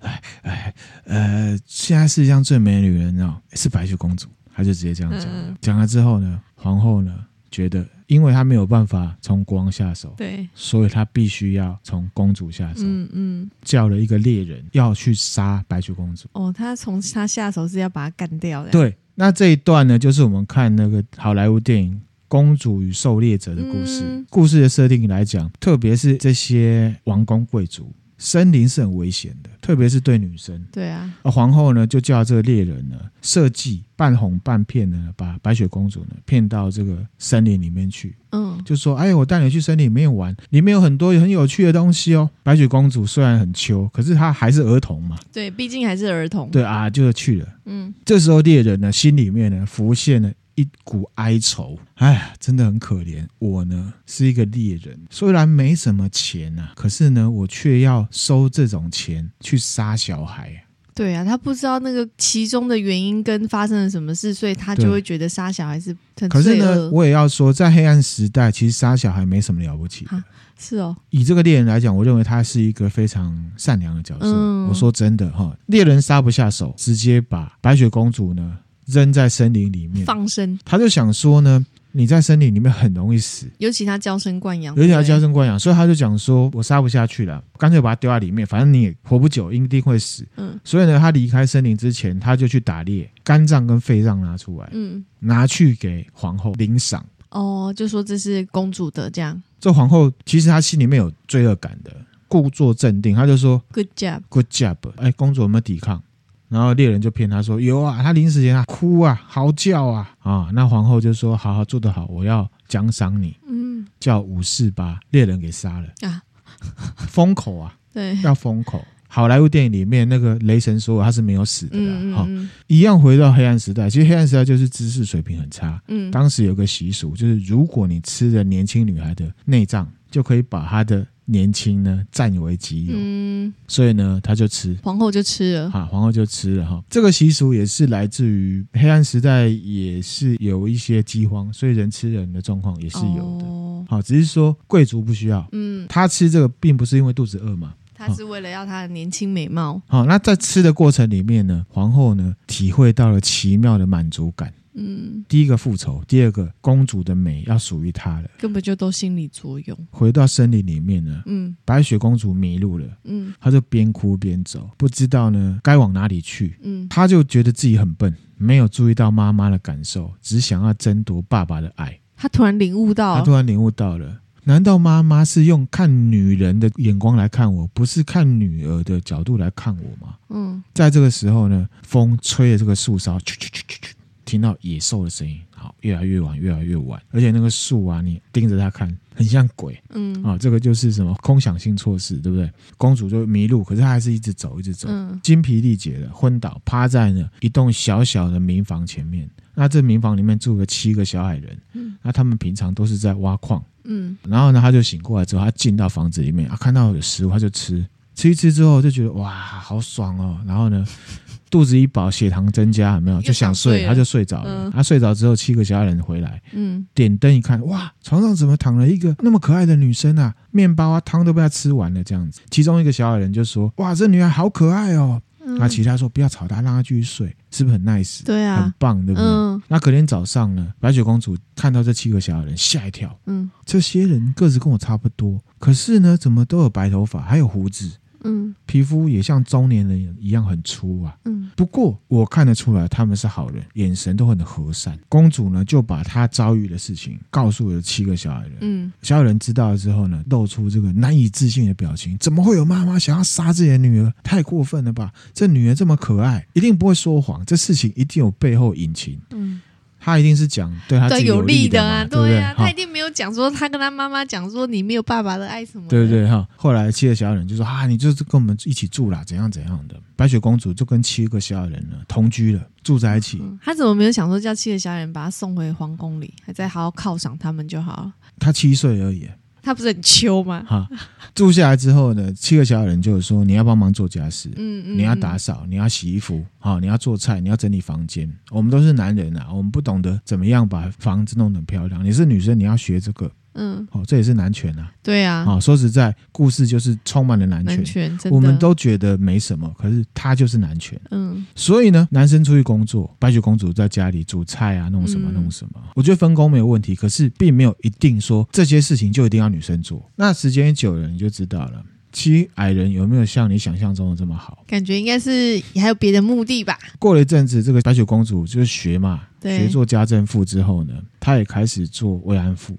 A: 哎哎呃，现在世界上最美的女人哦，是白雪公主，她就直接这样讲了。
B: 嗯
A: 讲了之后呢，皇后呢觉得，因为她没有办法从国王下手，
B: 对，
A: 所以她必须要从公主下手，
B: 嗯嗯，
A: 叫了一个猎人要去杀白雪公主。
B: 哦，他从他下手是要把他干掉的，，
A: 对，那这一段呢，就是我们看那个好莱坞电影。公主与狩猎者的故事，
B: 嗯
A: 故事的设定来讲，特别是这些王公贵族，森林是很危险的，特别是对女生。
B: 对啊，
A: 而皇后呢，就叫这个猎人呢，设计半哄半骗呢，把白雪公主呢骗到这个森林里面去，
B: 嗯，
A: 就说：“哎，我带你去森林里面玩，里面有很多很有趣的东西哦。”白雪公主虽然很秋，可是她还是儿童嘛，
B: 对，毕竟还是儿童，，
A: 对啊，就去了。
B: 嗯，
A: 这时候猎人呢，心里面呢浮现了一股哀愁，哎呀，真的很可怜。我呢是一个猎人，虽然没什么钱啊，可是呢，我却要收这种钱去杀小孩。
B: 对啊，他不知道那个其中的原因跟发生了什么事，所以他
A: 对
B: 就会觉得杀小孩是很
A: 可是
B: 罪
A: 呢，
B: 恶，
A: 我也要说，在黑暗时代，其实杀小孩没什么了不起的。
B: 啊是哦，
A: 以这个猎人来讲，我认为他是一个非常善良的角色。
B: 嗯
A: 我说真的哈，猎人杀不下手，直接把白雪公主呢扔在森林里面，
B: 放生，
A: 他就想说呢，你在森林里面很容易死，
B: 尤其他娇生惯养，
A: 有一条娇
B: 对
A: 生惯养，所以他就讲说，我杀不下去了，干脆把它丢在里面，反正你也活不久，一定会死。
B: 嗯
A: 所以呢，他离开森林之前，他就去打猎，肝脏跟肺脏拿出来，
B: 嗯
A: 拿去给皇后领赏。
B: 哦，就说这是公主的这样
A: 这皇后其实她心里面有罪恶感的，故作镇定，她就说
B: ，good job，
A: “Good job”，哎，公主有没有抵抗？然后猎人就骗她说：“有啊，她临死前啊哭啊，嚎叫啊啊！”那皇后就说：“好好做得好，我要奖赏你，
B: 嗯
A: 叫武士把猎人给杀了，
B: 啊，
A: *laughs* 封口啊，
B: 对， *laughs*
A: 要封口。”好莱坞电影里面那个雷神说他是没有死的啦，
B: 嗯
A: 哈、
B: 嗯
A: 一样回到黑暗时代。其实黑暗时代就是知识水平很差，
B: 嗯嗯，
A: 当时有个习俗，就是如果你吃了年轻女孩的内脏，就可以把她的年轻呢占为己有，
B: 嗯，
A: 所以呢，她就吃。
B: 皇后就吃了，
A: 啊，皇后就吃了哈。这个习俗也是来自于黑暗时代，也是有一些饥荒，所以人吃人的状况也是有的。
B: 哦
A: 好、只是说贵族不需要，
B: 嗯，
A: 他吃这个并不是因为肚子饿嘛。
B: 她是为了要她的年轻美貌，
A: 好、那在吃的过程里面呢，皇后呢体会到了奇妙的满足感。
B: 嗯，
A: 第一个复仇，第二个公主的美要属于她了。
B: 根本就都心理作用，
A: 回到森林里面呢，
B: 嗯
A: 白雪公主迷路了，
B: 嗯
A: 她就边哭边走，不知道呢该往哪里去。
B: 嗯
A: 她就觉得自己很笨，没有注意到妈妈的感受，只想要争夺爸爸的爱。
B: 她突然领悟
A: 她
B: 到
A: 突，然领悟到了，难道妈妈是用看女人的眼光来看我，不是看女儿的角度来看我吗？
B: 嗯
A: 在这个时候呢，风吹着这个树梢，啾啾啾啾啾，听到野兽的声音。好，越来越晚，越来越晚，而且那个树啊，你盯着它看，很像鬼。
B: 嗯
A: 啊，这个就是什么空想性措施，对不对？公主就迷路，可是她还是一直走，一直走，
B: 嗯
A: 精疲力竭的昏倒，趴在呢一栋小小的民房前面。那这民房里面住了七个小矮人，
B: 嗯
A: 那他们平常都是在挖矿。
B: 嗯
A: 然后呢，她就醒过来之后，她进到房子里面，啊，看到有食物，她就吃，吃一吃之后就觉得哇，好爽哦。然后呢， *laughs* 肚子一饱，血糖增加，有没有？
B: 又
A: 就想
B: 想
A: 睡，
B: 睡
A: 她
B: 了
A: 就睡着了。
B: 嗯
A: 她睡着之后，七个小矮人回来，
B: 嗯
A: 点灯一看，哇，床上怎么躺了一个那么可爱的女生啊？面包啊、汤都被她吃完了，这样子。其中一个小矮人就说：“哇，这女孩好可爱哦。”
B: 嗯
A: 那其他说：“不要吵她，让她继续睡，是不是很 nice？”
B: 对
A: 很
B: 啊，
A: 棒，对不对？
B: 嗯
A: 那隔天早上呢，白雪公主看到这七个小矮人，吓一跳。
B: 嗯
A: 这些人个子跟我差不多，可是呢，怎么都有白头发，还有胡子，
B: 嗯
A: 皮肤也像中年人一样很粗啊。
B: 嗯
A: 不过我看得出来他们是好人，眼神都很和善。公主呢就把她遭遇的事情告诉了七个小矮人。
B: 嗯
A: 小矮人知道了之后呢，露出这个难以置信的表情。怎么会有妈妈想要杀自己的女儿？太过分了吧！这女儿这么可爱，一定不会说谎。这事情一定有背后隐情，
B: 嗯，
A: 她一定是讲对她自
B: 对
A: 己
B: 有
A: 利
B: 利
A: 的
B: 啊，
A: 嘛，对不对？
B: 啊，
A: 哈
B: 她一定没有讲说她跟她妈妈讲说你没有爸爸的爱什么的，
A: 对不对哈？后来七个小矮人就说啊，你就是跟我们一起住啦，怎样怎样的。白雪公主就跟七个小矮人呢同居了，住在一起。
B: 嗯，他怎么没有想说叫七个小矮人把他送回皇宫里，还再好好犒赏他们就好了？
A: 她七岁而已
B: 他不是很秋吗？
A: 哈。住下来之后呢，七个小矮人就说你要帮忙做家事，
B: 嗯嗯，
A: 你要打扫，你要洗衣服，好，你要做菜，你要整理房间。我们都是男人啊，我们不懂得怎么样把房子弄得很漂亮。你是女生，你要学这个，
B: 嗯，
A: 哦，这也是男权啊。
B: 对啊，
A: 好，说实在，故事就是充满了男
B: 男
A: 权。
B: 权真的，
A: 我们都觉得没什么，可是他就是男权。
B: 嗯
A: 所以呢，男生出去工作，白雪公主在家里煮菜啊，弄什么
B: 嗯
A: 弄什么。我觉得分工没有问题，可是并没有一定说这些事情就一定要女生做。那时间一久了，你就知道了。七矮人有没有像你想象中的这么好？
B: 感觉应该是还有别的目的吧？
A: 过了一阵子，这个白雪公主就是学嘛，
B: 对
A: 学做家政妇之后呢，她也开始做慰安妇。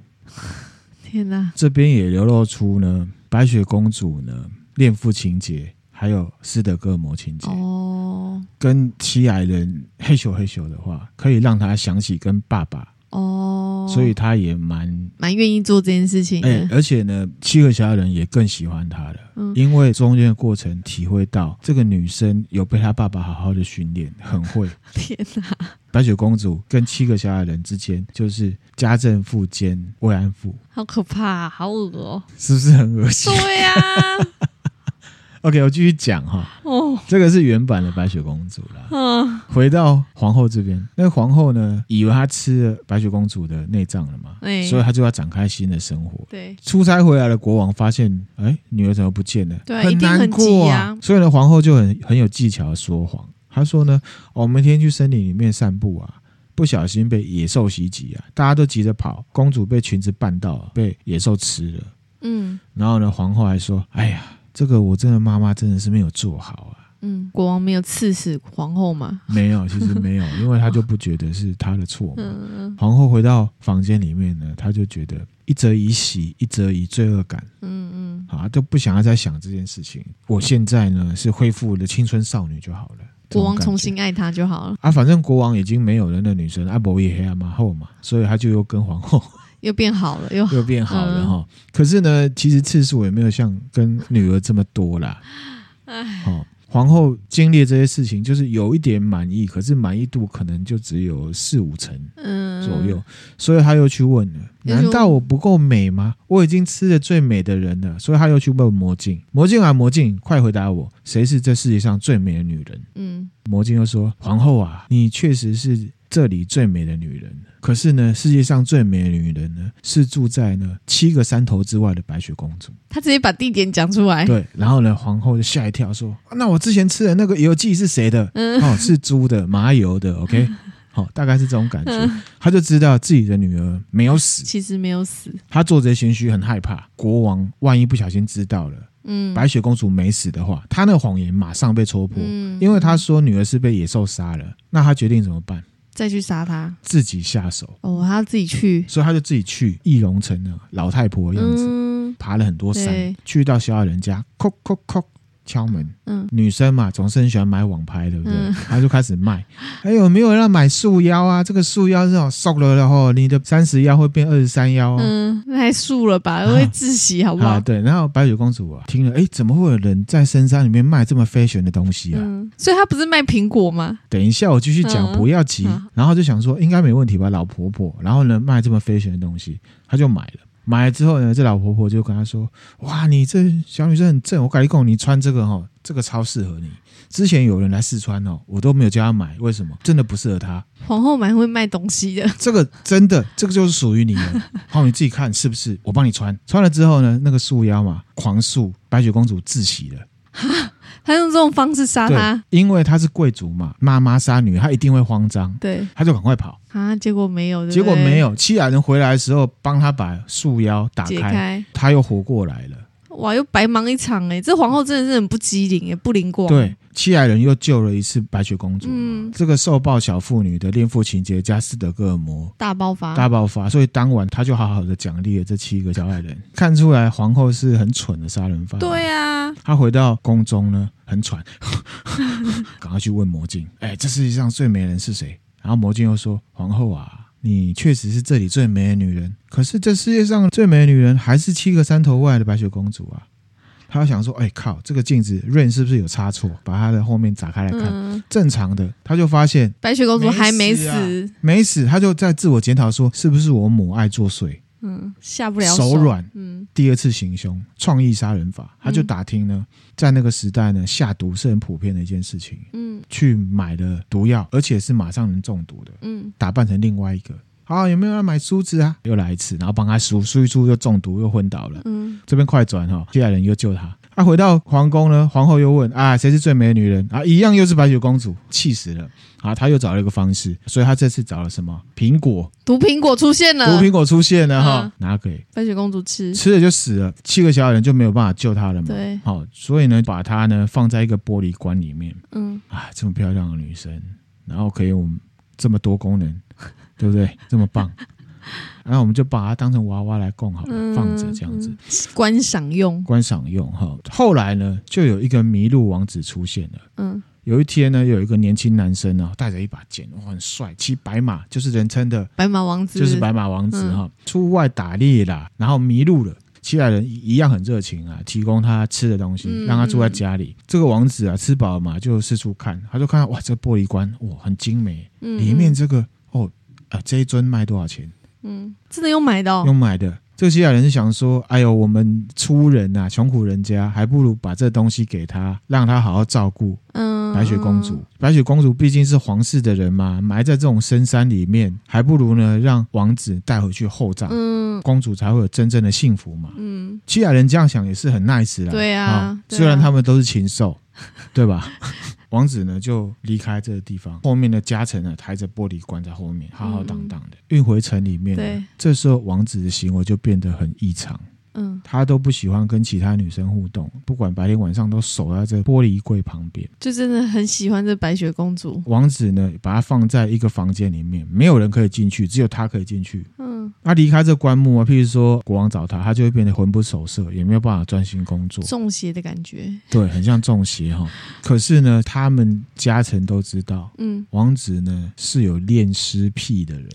B: 天哪，
A: 这边也流露出呢，白雪公主呢恋父情节，还有斯德哥尔摩情节。
B: 哦
A: 跟七矮人嘿咻嘿咻的话，可以让她想起跟爸爸
B: 哦，
A: 所以他也蛮
B: 蛮愿意做这件事情的，
A: 哎、而且呢，七个小矮人也更喜欢他了，
B: 嗯
A: 因为中间的过程体会到这个女生有被她爸爸好好的训练，很
B: *laughs*
A: 会。
B: *laughs* 天哪，
A: 白雪公主跟七个小矮人之间就是家政妇兼慰安妇， *laughs*
B: 好可怕、好恶哦、
A: 是不是很恶心
B: 对呀、啊，
A: ？OK，我继续讲哈，
B: 哦，
A: 这个是原版的白雪公主
B: *laughs*
A: 啦。
B: 嗯
A: 回到皇后这边，那个皇后呢，以为她吃了白雪公主的内脏了嘛，
B: 哎
A: 所以她就要展开新的生活。
B: 对，
A: 出差回来的国王发现，哎，女儿怎么不见了？
B: 对
A: 很难
B: 一定很
A: 过
B: 急啊
A: 所以呢，皇后就很很有技巧的说谎。她说呢，哦我们明天去森林里面散步啊，不小心被野兽袭击啊，大家都急着跑，公主被裙子绊到了，被野兽吃了。
B: 嗯
A: 然后呢，皇后还说：“哎呀，这个我真的妈妈真的是没有做好啊，
B: 嗯，国王没有刺死皇后嘛？
A: 没有， *laughs* 其实没有，因为她就不觉得是她的错嘛。
B: 嗯
A: 皇后回到房间里面呢，她就觉得一则以喜，一则以罪恶感，
B: 嗯嗯
A: 啊，都不想要再想这件事情。我现在呢是恢复我的青春少女就好了。这种
B: 国王
A: 感觉
B: 重新爱她就好了，
A: 啊，反正国王已经没有了那女生，阿啊伯也黑阿妈后嘛，所以他就又跟皇后 *laughs*
B: 又变好了，又
A: 又变好了
B: 嗯
A: 哈、可是呢，其实次数也没有像跟女儿这么多啦。哦，皇后经历这些事情，就是有一点满意，可是满意度可能就只有四五成
B: 嗯
A: 左右，所以他又去问了：
B: 又去问
A: 难道我不够美吗？我已经吃了最美的人了。所以他又去问魔镜：魔镜啊，魔镜，快回答我，谁是这世界上最美的女人？
B: 嗯
A: 魔镜又说：“皇后啊，你确实是这里最美的女人。可是呢，世界上最美的女人呢，是住在呢七个山头之外的白雪公主。
B: 他直接把地点讲出来，
A: 对，然后呢，皇后就吓一跳，说：啊那我之前吃的那个油剂是谁的？
B: 嗯
A: 哦，是猪的，麻油
B: *laughs*
A: 的。OK，好、大概是这种感觉。
B: 嗯
A: 她就知道自己的女儿没有死，
B: 其实没有死，
A: 她做贼心虚，很害怕。国王万一不小心知道了
B: 嗯
A: 白雪公主没死的话，她那谎言马上被戳破。
B: 嗯
A: 因为他说女儿是被野兽杀了，那他决定怎么办？
B: 再去杀他，
A: 自己下手，
B: 哦，他自己去，
A: 所以他就自己去易容成了老太婆的样子，
B: 嗯
A: 爬了很多山
B: 对，
A: 去到小矮人家，叩叩叩敲门。
B: 嗯
A: 女生嘛，总是很喜欢买网拍，对不对？
B: 嗯
A: 她就开始卖。 *laughs* 哎，有没有人要买束腰啊？这个束腰是哦，瘦了然后你的三十腰会变二十三腰哦。
B: 嗯，那太素了吧，会窒息好不
A: 啊，
B: 好？
A: 对，然后白雪公主啊，听了，哎，怎么会有人在深山里面卖这么 fashion 的东西啊？
B: 嗯，所以他不是卖苹果吗？
A: 等一下我继续讲，
B: 嗯
A: 不要急。
B: 好
A: 然后就想说应该没问题吧，老婆婆。然后呢，卖这么 fashion 的东西，她就买了。买了之后呢，这老婆婆就跟她说：“哇，你这小女生很正，我改一供你穿这个哈、哦，这个超适合你。之前有人来试穿哦，我都没有叫她买，为什么？真的不适合她。
B: 皇后蛮会卖东西的， *laughs*
A: 这个真的，这个就是属于你的。好，你自己看是不是？我帮你穿。穿了之后呢，那个束腰嘛，狂束，白雪公主窒息了。”
B: 他用这种方式杀
A: 对
B: 他，，
A: 因为她是贵族嘛，妈妈杀女，她一定会慌张，
B: 对
A: 她就赶快跑。
B: 啊，结果没有，对不
A: 结果
B: 对
A: 没有，七矮人回来的时候帮他把束腰打
B: 解
A: 开，
B: 开，
A: 他又活过来了。
B: 哇，又白忙一场哎，这皇后真的是很不机灵哎，不灵光，
A: 对，七矮人又救了一次白雪公主。
B: 嗯
A: 这个受暴小妇女的恋父情节加斯德哥尔摩
B: 大爆发，
A: 大爆发，所以当晚他就好好的奖励了这七个小矮人。看出来皇后是很蠢的杀人犯。
B: 对啊，
A: 他回到宫中呢，很喘， *laughs* 赶快去问魔镜：“哎，这世界上最美的人是谁？”然后魔镜又说：“皇后啊，你确实是这里最美的女人，可是这世界上最美的女人还是七个山头外的白雪公主啊。”他就想说：“哎靠，这个镜子 Rain 是不是有差错？把它的后面打开来看，
B: 嗯，
A: 正常的。”他就发现
B: 白雪公主还没
A: 没啊
B: 死，
A: 没死，他就在自我检讨说：“是不是我母爱作祟？
B: 嗯，下不了
A: 手软
B: 嗯
A: 第二次行凶，创意杀人法，他就
B: 嗯
A: 打听呢，在那个时代呢，下毒是很普遍的一件事情。
B: 嗯
A: 去买了毒药，而且是马上能中毒的，
B: 嗯，
A: 打扮成另外一个。好，有没有要买梳子啊？又来一次，然后帮他梳，梳一梳就中毒，又昏倒了。
B: 嗯，
A: 这边快转哈、哦，接下来人又救他。啊，回到皇宫呢，皇后又问啊，谁是最美的女人啊？一样又是白雪公主，气死了。啊，他又找了一个方式，所以他这次找了什么苹果，
B: 毒苹果出现
A: 毒
B: 了，
A: 苹果出现了哈、
B: 嗯
A: 拿给
B: 白雪公主吃，
A: 吃了就死了，七个小矮人就没有办法救他了嘛。
B: 对，
A: 好、所以呢，把他呢放在一个玻璃罐里面，
B: 嗯，
A: 啊，这么漂亮的女生，然后可以我们这么多功能，对不对？这么棒，然后我们就把它当成娃娃来供好了，
B: 嗯
A: 放着这样子、
B: 观赏用，
A: 观赏用哈。后来呢，就有一个麋鹿王子出现了。
B: 嗯
A: 有一天呢，有一个年轻男生啊，带着一把剑，哇，很帅，骑白马，就是人称的，
B: 白马王子
A: 就是白马王子
B: 嗯
A: 哈、出外打猎啦，然后迷路了。七来人一样很热情啊，提供他吃的东西，
B: 嗯
A: 让他住在家里。这个王子啊，吃饱了嘛，就四处看，他就看到哇，这玻璃棺哇很精美，
B: 嗯
A: 里面这个哦，呃，这一尊卖多少钱？
B: 嗯，真的有买到，
A: 用买的。这个西亚人是想说，哎呦，我们粗人啊，穷苦人家，还不如把这东西给他，让他好好照顾
B: 嗯，
A: 白雪公主。白雪公主毕竟是皇室的人嘛，埋在这种深山里面，还不如呢让王子带回去厚葬，
B: 嗯，
A: 公主才会有真正的幸福嘛。
B: 嗯
A: 西亚人这样想也是很 nice 啦。
B: 对啊对啊
A: *laughs* 虽然他们都是禽兽，对吧？王子呢就离开这个地方，后面的家臣呢抬着玻璃棺在后面，浩浩荡荡的运回城里面
B: 嗯对
A: 呢。这时候王子的行为就变得很异常，
B: 嗯，
A: 他都不喜欢跟其他女生互动，不管白天晚上都守在这玻璃柜旁边。
B: 就真的很喜欢这白雪公主，
A: 王子呢把她放在一个房间里面，没有人可以进去，只有他可以进去。
B: 嗯，
A: 他离开这棺木啊，譬如说国王找他，他就会变得魂不守舍，也没有办法专心工作。
B: 中邪的感觉，
A: 对，很像中邪哈、可是呢，他们家臣都知道，
B: 嗯，
A: 王子呢是有恋尸癖的人，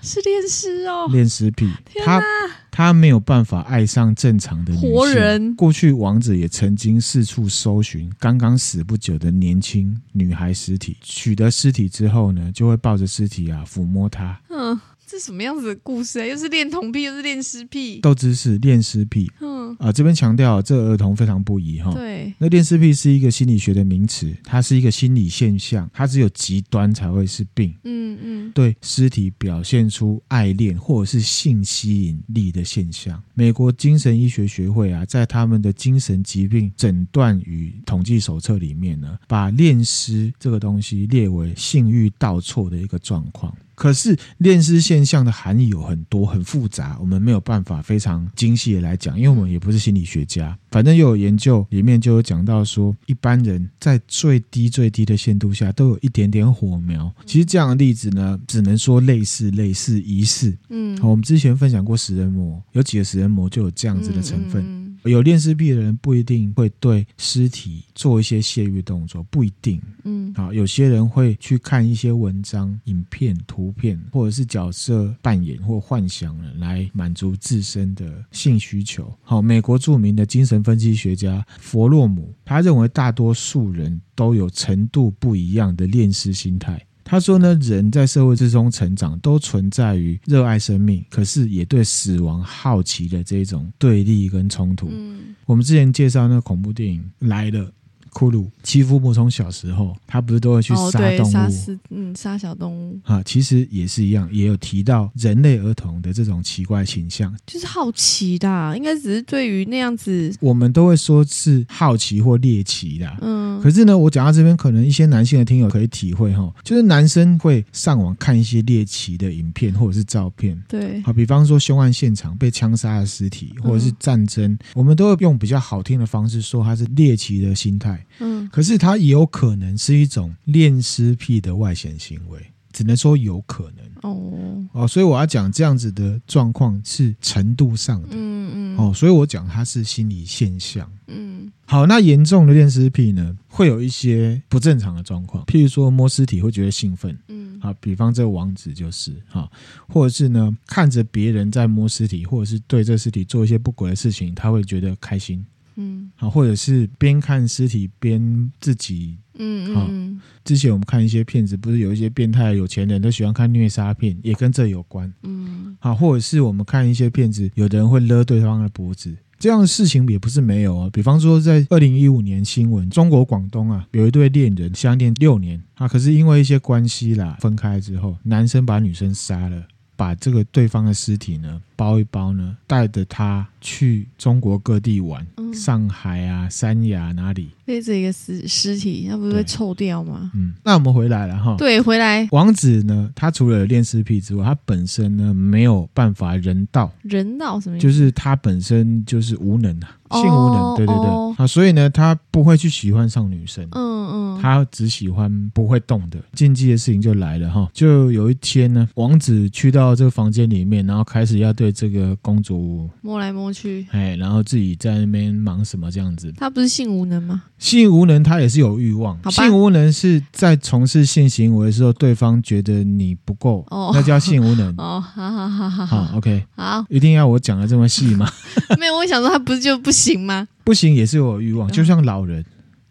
B: 是恋尸哦，
A: 恋尸癖，
B: 天
A: 他他没有办法爱上正常的女性
B: 活人
A: 过去王子也曾经四处搜寻刚刚死不久的年轻女孩尸体，取得尸体之后呢，就会抱着尸体啊抚摸她。
B: 嗯，这什么样子的故事啊？又是恋童癖，又是恋尸癖，
A: 斗知识恋尸癖
B: 嗯，
A: 啊、这边强调这儿童非常不宜哈、
B: 对，
A: 那恋尸癖是一个心理学的名词，它是一个心理现象，它只有极端才会是病。
B: 嗯嗯，
A: 对尸体表现出爱恋或者是性吸引力的现象。美国精神医学学会啊，在他们的精神疾病诊断与统计手册里面呢，把恋尸这个东西列为性欲倒错的一个状况。可是恋尸现象的含义有很多，很复杂，我们没有办法非常精细的来讲，因为我们也不是心理学家。反正又有研究里面就有讲到说，一般人在最低最低的限度下都有一点点火
B: 嗯
A: 苗。其实这样的例子呢，只能说类似、类似、疑似。
B: 嗯，
A: 好，我们之前分享过食人魔，有几个食人魔就有这样子的成分。
B: 嗯，嗯
A: 有恋尸癖的人不一定会对尸体做一些泄欲动作，不一定。
B: 嗯，
A: 好，啊有些人会去看一些文章、影片、图片，或者是角色扮演或幻想了来满足自身的性需求。好，美国著名的精神分析学家弗洛姆，他认为大多数人都有程度不一样的恋尸心态。他说呢，人在社会之中成长，都存在于热爱生命，可是也对死亡好奇的这种对立跟冲突。
B: 嗯，
A: 我们之前介绍那个恐怖电影来了。骷髅欺负木从小时候，他不是都会去
B: 哦，
A: 杀
B: 对，
A: 动物、
B: 杀死，嗯，杀小动物，
A: 啊？其实也是一样，也有提到人类儿童的这种奇怪倾向，
B: 就是好奇的啊，应该只是对于那样子，
A: 我们都会说是好奇或猎奇啦。
B: 嗯，
A: 可是呢，我讲到这边，可能一些男性的听友可以体会哈，就是男生会上网看一些猎奇的影片或者是照片，
B: 对，
A: 好，比方说凶案现场被枪杀的尸体，或
B: 嗯
A: 者是战争，我们都会用比较好听的方式说它是猎奇的心态。
B: 嗯，
A: 可是它也有可能是一种恋尸癖的外显行为，只能说有可能
B: 哦，
A: 哦。所以我要讲这样子的状况是程度上的
B: 嗯嗯，
A: 哦，所以我讲它是心理现象。
B: 嗯，
A: 好，那严重的恋尸癖呢，会有一些不正常的状况，譬如说摸尸体会觉得兴奋
B: 嗯
A: 啊，比方这个王子就是哈、或者是呢看着别人在摸尸体，或者是对这尸体做一些不轨的事情，他会觉得开心
B: 嗯
A: 啊，或者是边看尸体边自己
B: 嗯
A: 好
B: 嗯
A: 之前我们看一些片子，不是有一些变态有钱人都喜欢看虐杀片，也跟这有关
B: 嗯
A: 啊，或者是我们看一些片子，有的人会勒对方的脖子。这样的事情也不是没有啊，比方说在二零一五年新闻，中国广东啊有一对恋人相恋六年啊，可是因为一些关系啦分开之后，男生把女生杀了，把这个对方的尸体呢包一包呢，带着他去中国各地玩，
B: 嗯，
A: 上海啊、三亚哪里，
B: 背着一个尸尸体，那不是
A: 对
B: 会臭掉吗？
A: 嗯，那我们回来了哈，
B: 对，回来
A: *laughs* 王子呢，他除了有恋尸癖之外，他本身呢没有办法人道，
B: 人脑什么意思？
A: 就是他本身就是无能啊，
B: 嗯哦
A: 性无能，对对对、
B: 哦
A: 啊，所以呢，他不会去喜欢上女生。
B: 嗯嗯，
A: 他只喜欢不会动的禁忌的事情就来了哈，就有一天呢，王子去到这个房间里面，然后开始要对这个公主，
B: 摸来摸去，
A: 哎，然后自己在那边忙什么这样子。
B: 他不是性无能吗？
A: 性无能他也是有欲望，
B: 好吧
A: 性无能是在从事性行为的时候，对方觉得你不够，
B: 哦
A: 那叫性无
B: *laughs*
A: 能。
B: 哦，好好好好
A: 好
B: 好
A: 啊，OK，
B: 好，
A: 一定要我讲的这么细吗？ *laughs*
B: 没有，我想说他不是就不行吗？
A: 不行，也是有欲
B: 嗯
A: 望，就像老人，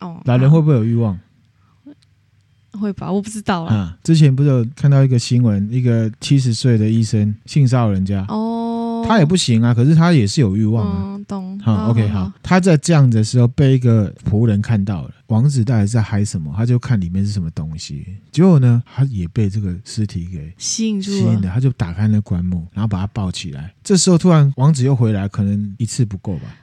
B: 哦，
A: 老人会不会有欲望
B: 好会吧？我不知道啊。
A: 啊？之前不是有看到一个新闻，一个七十岁的医生性骚扰人家，
B: 哦，
A: 他也不行啊，可是他也是有欲望啊。
B: 嗯，懂。
A: 好，OK，好，，他在这样的时候被一个仆人看到了，王子到底在嗨什么？他就看里面是什么东西，结果呢，他也被这个尸体给
B: 吸引住
A: 吸引
B: 了。
A: 了，他就打开那棺木，然后把他抱起来。这时候突然王子又回来，可能一次不够吧，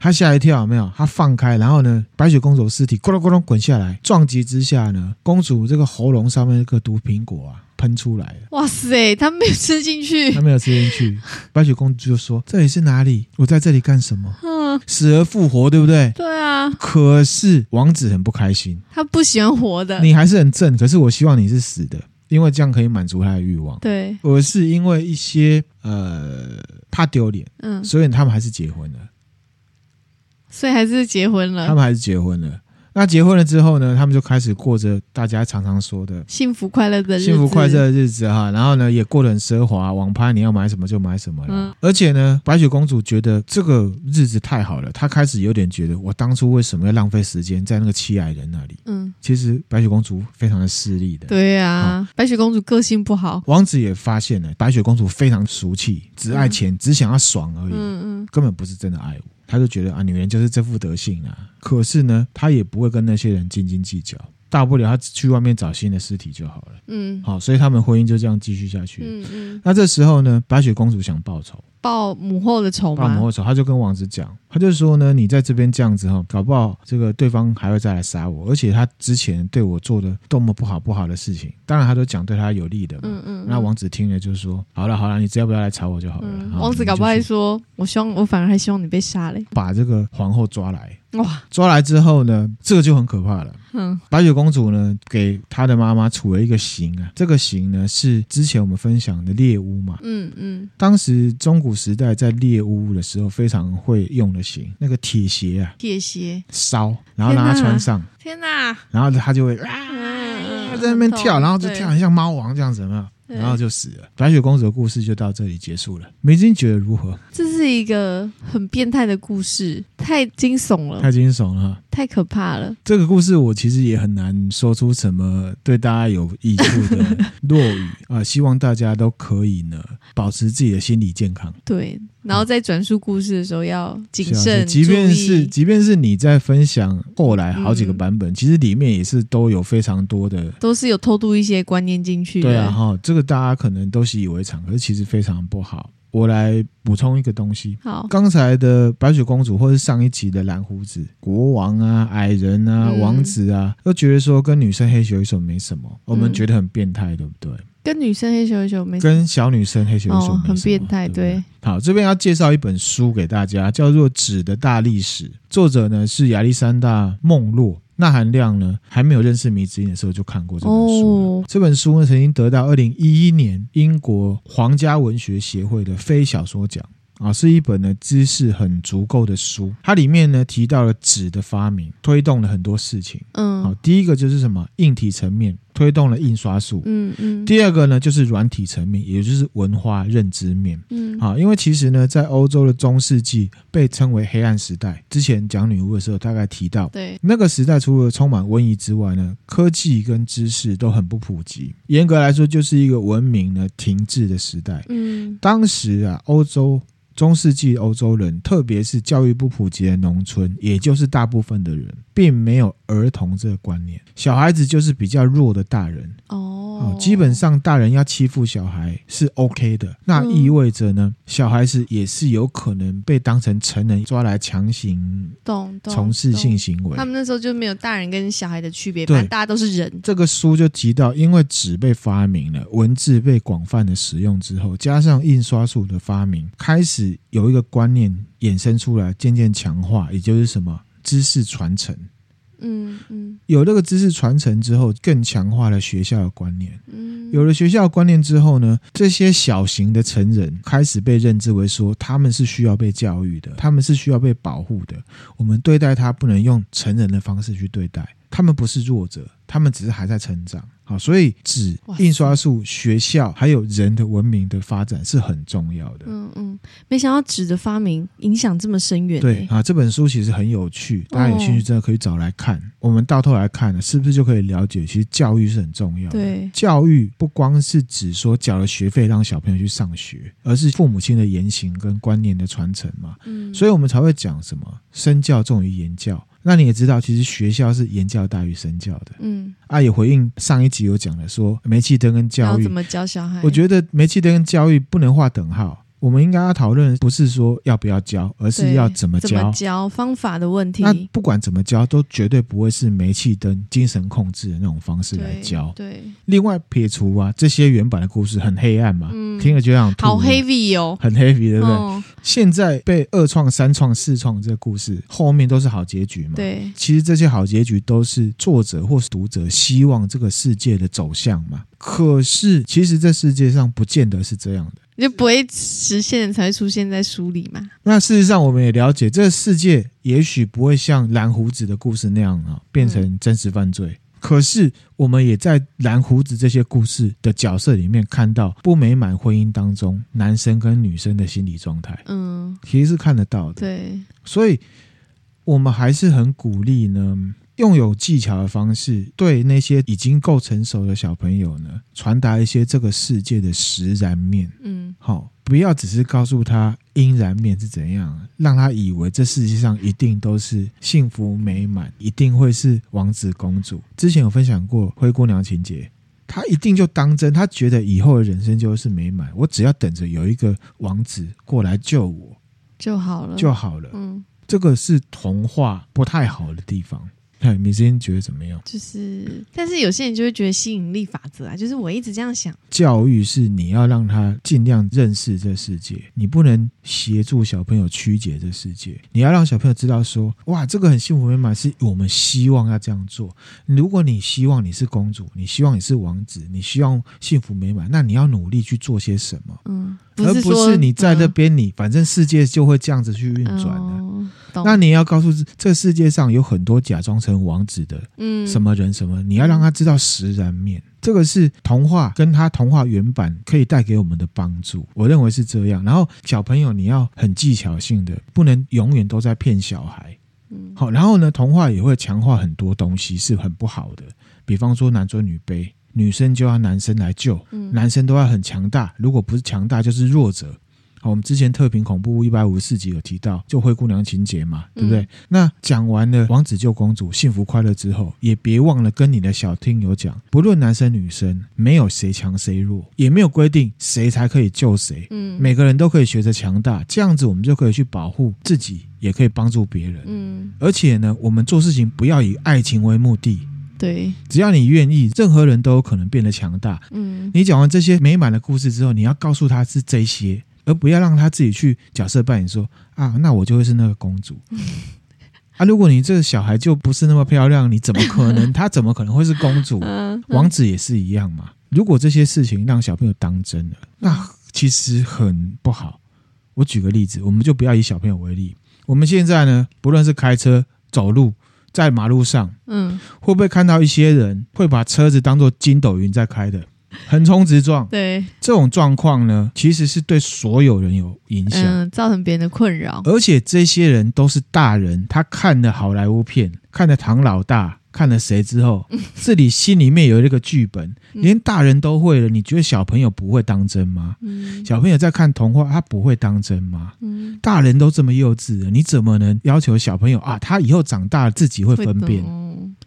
A: 他吓一跳，有没有？他放开，然后呢，白雪公主的尸体咕噜咕噜滚下来，撞击之下呢，公主这个喉咙上面那个毒苹果啊喷出来了，
B: 哇塞，他没有吃进去
A: 她，没有吃进去。白雪公主就说：“这里是哪里？我在这里干什么？
B: 嗯，
A: 死而复活，对不对
B: 对啊？”，
A: 可是王子很不开心，
B: 他不喜欢活的，
A: 你还是很正，可是我希望你是死的，因为这样可以满足他的欲望。
B: 对，
A: 而是因为一些呃怕丢脸，
B: 嗯，
A: 所以他们还是结婚了。
B: 所以还是结婚
A: 他
B: 了，
A: 们还是结婚了。那结婚了之后呢，他们就开始过着大家常常说的
B: 幸福快乐的日子，
A: 幸福快乐，的日子哈。然后呢，也过得很奢华，网拍你要买什么就买什么了。
B: 嗯
A: 而且呢，白雪公主觉得这个日子太好了，她开始有点觉得，我当初为什么要浪费时间在那个七矮人那里？
B: 嗯，
A: 其实白雪公主非常的势利的。
B: 对啊，白雪公主个性不好，
A: 王子也发现了白雪公主非常俗气，只爱钱，只想要爽而已。
B: 嗯嗯，
A: 根本不是真的爱我。他就觉得啊，女人就是这副德性啊。可是呢，他也不会跟那些人斤斤计较，大不了他去外面找新的尸体就好了。
B: 嗯
A: 好，所以他们婚姻就这样继续下去。
B: 嗯嗯，
A: 那这时候呢，白雪公主想报仇，
B: 报母后的仇
A: 报
B: 嘛，
A: 仇的时候，她就跟王子讲，她就说呢，你在这边这样子哈，搞不好这个对方还会再来杀我，而且他之前对我做的多么不好不好的事情，当然他都讲对他有利的嘛。
B: 嗯嗯，
A: 那王子听了就说：“好了好了，你只要不要来吵我就好了。
B: 嗯
A: 好
B: 王
A: 你
B: 子
A: 就
B: 搞不好还
A: 去
B: 说，我希望我反而还希望你被杀嘞，
A: 把这个皇后抓来，
B: 哇，
A: 抓来之后呢，这个就很可怕了。
B: 嗯
A: 白雪公主呢，给她的妈妈处了一个刑啊，这个刑呢是之前我们分享的猎巫嘛。
B: 嗯嗯，
A: 当时中古时代在猎巫的时候非常会用的刑，那个铁鞋啊
B: 铁鞋，
A: 烧，然后让她
B: 天哪
A: 穿上，
B: 天哪，
A: 然后她就会啊
B: 嗯嗯
A: 在那边跳，然后就
B: 对
A: 跳，很像猫王这样子有没有？
B: 对
A: 然后就死了。白雪公主的故事就到这里结束了。梅金觉得如何？
B: 这是一个很变态的故事，太惊悚了，
A: 太惊悚了哈。
B: 太可怕了。
A: 这个故事我其实也很难说出什么对大家有益处的落语啊、希望大家都可以呢保持自己的心理健康，
B: 对，然后在转述故事的时候要谨
A: 是啊
B: 慎，
A: 即便
B: 注
A: 是
B: 意
A: 即便是你在分享后来好几个
B: 嗯
A: 版本，其实里面也是都有非常多的。
B: 都是有偷渡一些观念进去的。
A: 对啊，哈，这个大家可能都习以为常，可是其实非常不好。我来补充一个东西，
B: 好，
A: 刚才的白雪公主，或是上一集的蓝胡子国王啊、矮人啊、
B: 嗯
A: 王子啊，都觉得说跟女生黑球手没什么，我们
B: 嗯
A: 觉得很变态，对不对？
B: 跟女生黑球球没什么
A: 跟小女生黑球手
B: 哦
A: 没什么
B: 很变态
A: 对不
B: 对
A: 好，这边要介绍一本书给大家，叫做《纸的大历史》，作者呢是亚历山大·梦洛。那含量呢，还没有认识迷之音的时候就看过这本书了。
B: 哦
A: 这本书呢，曾经得到二零一一年英国皇家文学协会的非小说奖。啊，是一本呢知识很足够的书，它里面呢提到了纸的发明，推动了很多事情。好
B: 嗯，
A: 第一个就是什么硬体层面推动了印刷术，
B: 嗯嗯
A: 第二个呢，就是软体层面，也就是文化认知面。
B: 嗯
A: 啊，因为其实呢，在欧洲的中世纪被称为黑暗时代。之前讲女巫的时候，大概提到
B: 对
A: 那个时代，除了充满瘟疫之外呢，科技跟知识都很不普及。严格来说，就是一个文明呢停滞的时代。
B: 嗯
A: 当时啊，欧洲中世纪欧洲人，特别是教育不普及的农村，也就是大部分的人，并没有儿童这个观念，小孩子就是比较弱的大人。
B: 哦
A: 哦，，基本上大人要欺负小孩是 OK 的，那
B: 嗯
A: 意味着呢，小孩是也是有可能被当成成人抓来强行
B: 懂懂
A: 从事性行
B: 懂
A: 为
B: 他。们那时候就没有大人跟小孩的区别，
A: 对
B: 反正大家都是人。
A: 这个书就提到，因为纸被发明了，文字被广泛的使用之后，加上印刷术的发明，开始有一个观念衍生出来，渐渐强化，也就是什么知识传承。
B: 嗯嗯
A: 有这个知识传承之后，更强化了学校的观念。
B: 嗯，
A: 有了学校观念之后呢，这些小型的成人开始被认知为说他们是需要被教育的，他们是需要被保护的。我们对待他不能用成人的方式去对待，他们不是弱者，他们只是还在成长。好，所以纸
B: 哇、塞
A: 印刷术、学校还有人的文明的发展是很重要的。
B: 嗯嗯，没想到纸的发明影响这么深远、欸。
A: 对啊，这本书其实很有
B: 哦
A: 趣，大家有兴趣真的可以找来看。我们到头来看呢，是不是就可以了解，其实教育是很重要的。
B: 对
A: 教育不光是指说缴了学费让小朋友去上学，而是父母亲的言行跟观念的传承嘛。
B: 嗯，
A: 所以我们才会讲什么身教重于言教。那你也知道，其实学校是言教大于身教的。
B: 嗯，
A: 啊，也回应上一集有讲的说，煤气灯跟
B: 要
A: 教育
B: 怎，么教小孩？
A: 我觉得煤气灯跟教育不能划等号。我们应该要讨论，不是说要不要教，而是
B: 对
A: 要怎么
B: 怎么
A: 教。
B: 教方法的问题
A: 那。不管怎么教，都绝对不会是煤气灯、精神控制的那种方式来
B: 对
A: 教。
B: 对，
A: 另外，撇除啊这些原版的故事很黑暗嘛，
B: 嗯
A: 听了就想吐
B: 好
A: 了
B: heavy 哦，
A: 很 heavy，对不对？
B: 嗯，
A: 现在被二创、三创、四创这个故事后面都是好结局嘛？。
B: 对
A: 其实这些好结局都是作者或是读者希望这个世界的走向嘛。可是，其实这世界上不见得是这样的。
B: 你就不会实现才会出现在书里嘛？
A: 那事实上，我们也了解，这个世界也许不会像蓝胡子的故事那样啊，变成真实犯罪。可是，我们也在蓝胡子这些故事的角色里面看到不美满婚姻当中男生跟女生的心理状态，
B: 嗯，
A: 其实是看得到的。
B: 对，
A: 所以我们还是很鼓励呢，用有技巧的方式，对那些已经够成熟的小朋友呢，传达一些这个世界的实然面。
B: 嗯，
A: 好、不要只是告诉他阴然面是怎样，让他以为这世界上一定都是幸福美满，一定会是王子公主。之前有分享过灰姑娘情节。他一定就当真，他觉得以后的人生就是美满，我只要等着有一个王子过来救我
B: 就好了，
A: 就好了。
B: 嗯，
A: 这个是童话不太好的地方。哎，米之音觉得怎么样？
B: 就是，但是有些人就会觉得吸引力法则啊，就是我一直这样想，
A: 教育是你要让他尽量认识这世界，你不能协助小朋友曲解这世界。你要让小朋友知道说，哇，这个很幸福美满，是我们希望要这样做。如果你希望你是公主，你希望你是王子，你希望幸福美满，那你要努力去做些什么，
B: 嗯，
A: 而
B: 是
A: 不
B: 说
A: 是你在那
B: 嗯
A: 边，你反正世界就会这样子去运转的。
B: 哦懂
A: 那你要告诉这世界上有很多假装成王子的
B: 嗯
A: 什么人什么，你要让他知道实然面。这个是童话跟他童话原版可以带给我们的帮助，我认为是这样。然后小朋友你要很技巧性的，不能永远都在骗小孩。
B: 嗯
A: 好，然后呢，童话也会强化很多东西是很不好的，比方说男尊女卑，女生就要男生来救，
B: 嗯
A: 男生都要很强大，如果不是强大就是弱者。好，哦我们之前特评恐怖一百五十四集有提到，就灰姑娘情节嘛，对不对？
B: 嗯
A: 那讲完了王子救公主幸福快乐之后，也别忘了跟你的小听友讲，不论男生女生，没有谁强谁弱，也没有规定谁才可以救谁，
B: 嗯
A: 每个人都可以学着强大，这样子我们就可以去保护自己，也可以帮助别人。
B: 嗯
A: 而且呢，我们做事情不要以爱情为目的，
B: 对
A: 只要你愿意，任何人都有可能变得强大。
B: 嗯
A: 你讲完这些美满的故事之后，你要告诉他是这些，而不要让他自己去角色扮演说啊，那我就会是那个公主。啊，如果你这个小孩就不是那么漂亮，你怎么可能？他怎么可能会是公主？
B: 嗯
A: 王子也是一样嘛。如果这些事情让小朋友当真了，那其实很不好。我举个例子，我们就不要以小朋友为例。我们现在呢，不论是开车、走路，在马路上，
B: 嗯
A: 会不会看到一些人会把车子当做筋斗云在开的，横冲直撞？
B: 对
A: 这种状况呢，其实是对所有人有影响，
B: 嗯造成别人的困扰
A: 而且这些人都是大人，他看了好莱坞片，看了唐老大，看了谁之后，自己心里面有这个剧本，
B: 嗯
A: 连大人都会了，你觉得小朋友不会当真吗？
B: 嗯
A: 小朋友在看童话，他不会当真吗？
B: 嗯
A: 大人都这么幼稚了，你怎么能要求小朋友啊？他以后长大了自己会分
B: 懂
A: 辨？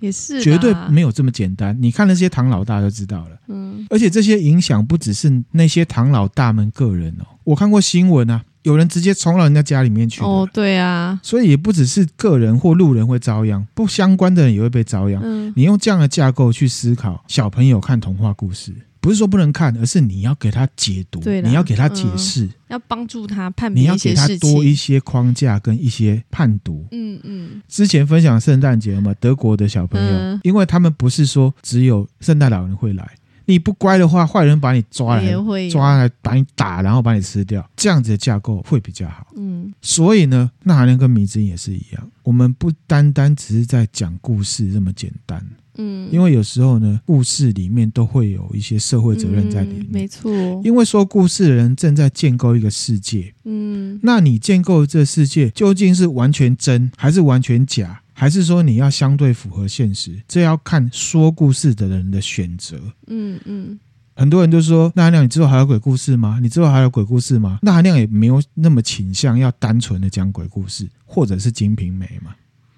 B: 也是
A: 绝对
B: 啦
A: 没有这么简单。你看那些唐老大就知道了。
B: 嗯
A: 而且这些影响不只是那些唐老大们个人哦，我看过新闻啊，有人直接冲到人家家里面去的
B: 哦对啊
A: 所以也不只是个人或路人会遭殃，不相关的人也会被遭殃。
B: 嗯
A: 你用这样的架构去思考小朋友看童话故事，不是说不能看，而是你要给他解读，
B: 对啦
A: 你要给他解释，
B: 要帮助他判
A: 你
B: 别
A: 要
B: 一
A: 给
B: 些
A: 他
B: 事
A: 多
B: 情
A: 一些框架跟一些判读。
B: 嗯嗯
A: 之前分享圣诞节嘛，德国的小朋友，
B: 嗯
A: 因为他们不是说只有圣诞老人会来，你不乖的话，坏人把你抓来
B: 也会有
A: 抓来把你打，然后把你吃掉，这样子的架构会比较好。
B: 嗯
A: 所以呢，那含量跟迷之音也是一样，我们不单单只是在讲故事这么简单，
B: 嗯
A: 因为有时候呢，故事里面都会有一些社会责任在里
B: 嗯
A: 面。
B: 没错
A: 因为说故事的人正在建构一个世界，
B: 嗯
A: 那你建构这世界究竟是完全真还是完全假，还是说你要相对符合现实？这要看说故事的人的选择。
B: 嗯嗯
A: 很多人就说：“那韩亮，你之后还有鬼故事吗？你之后还有鬼故事吗？”那韩亮也没有那么倾向要单纯的讲鬼故事，或者是《金瓶梅》嘛。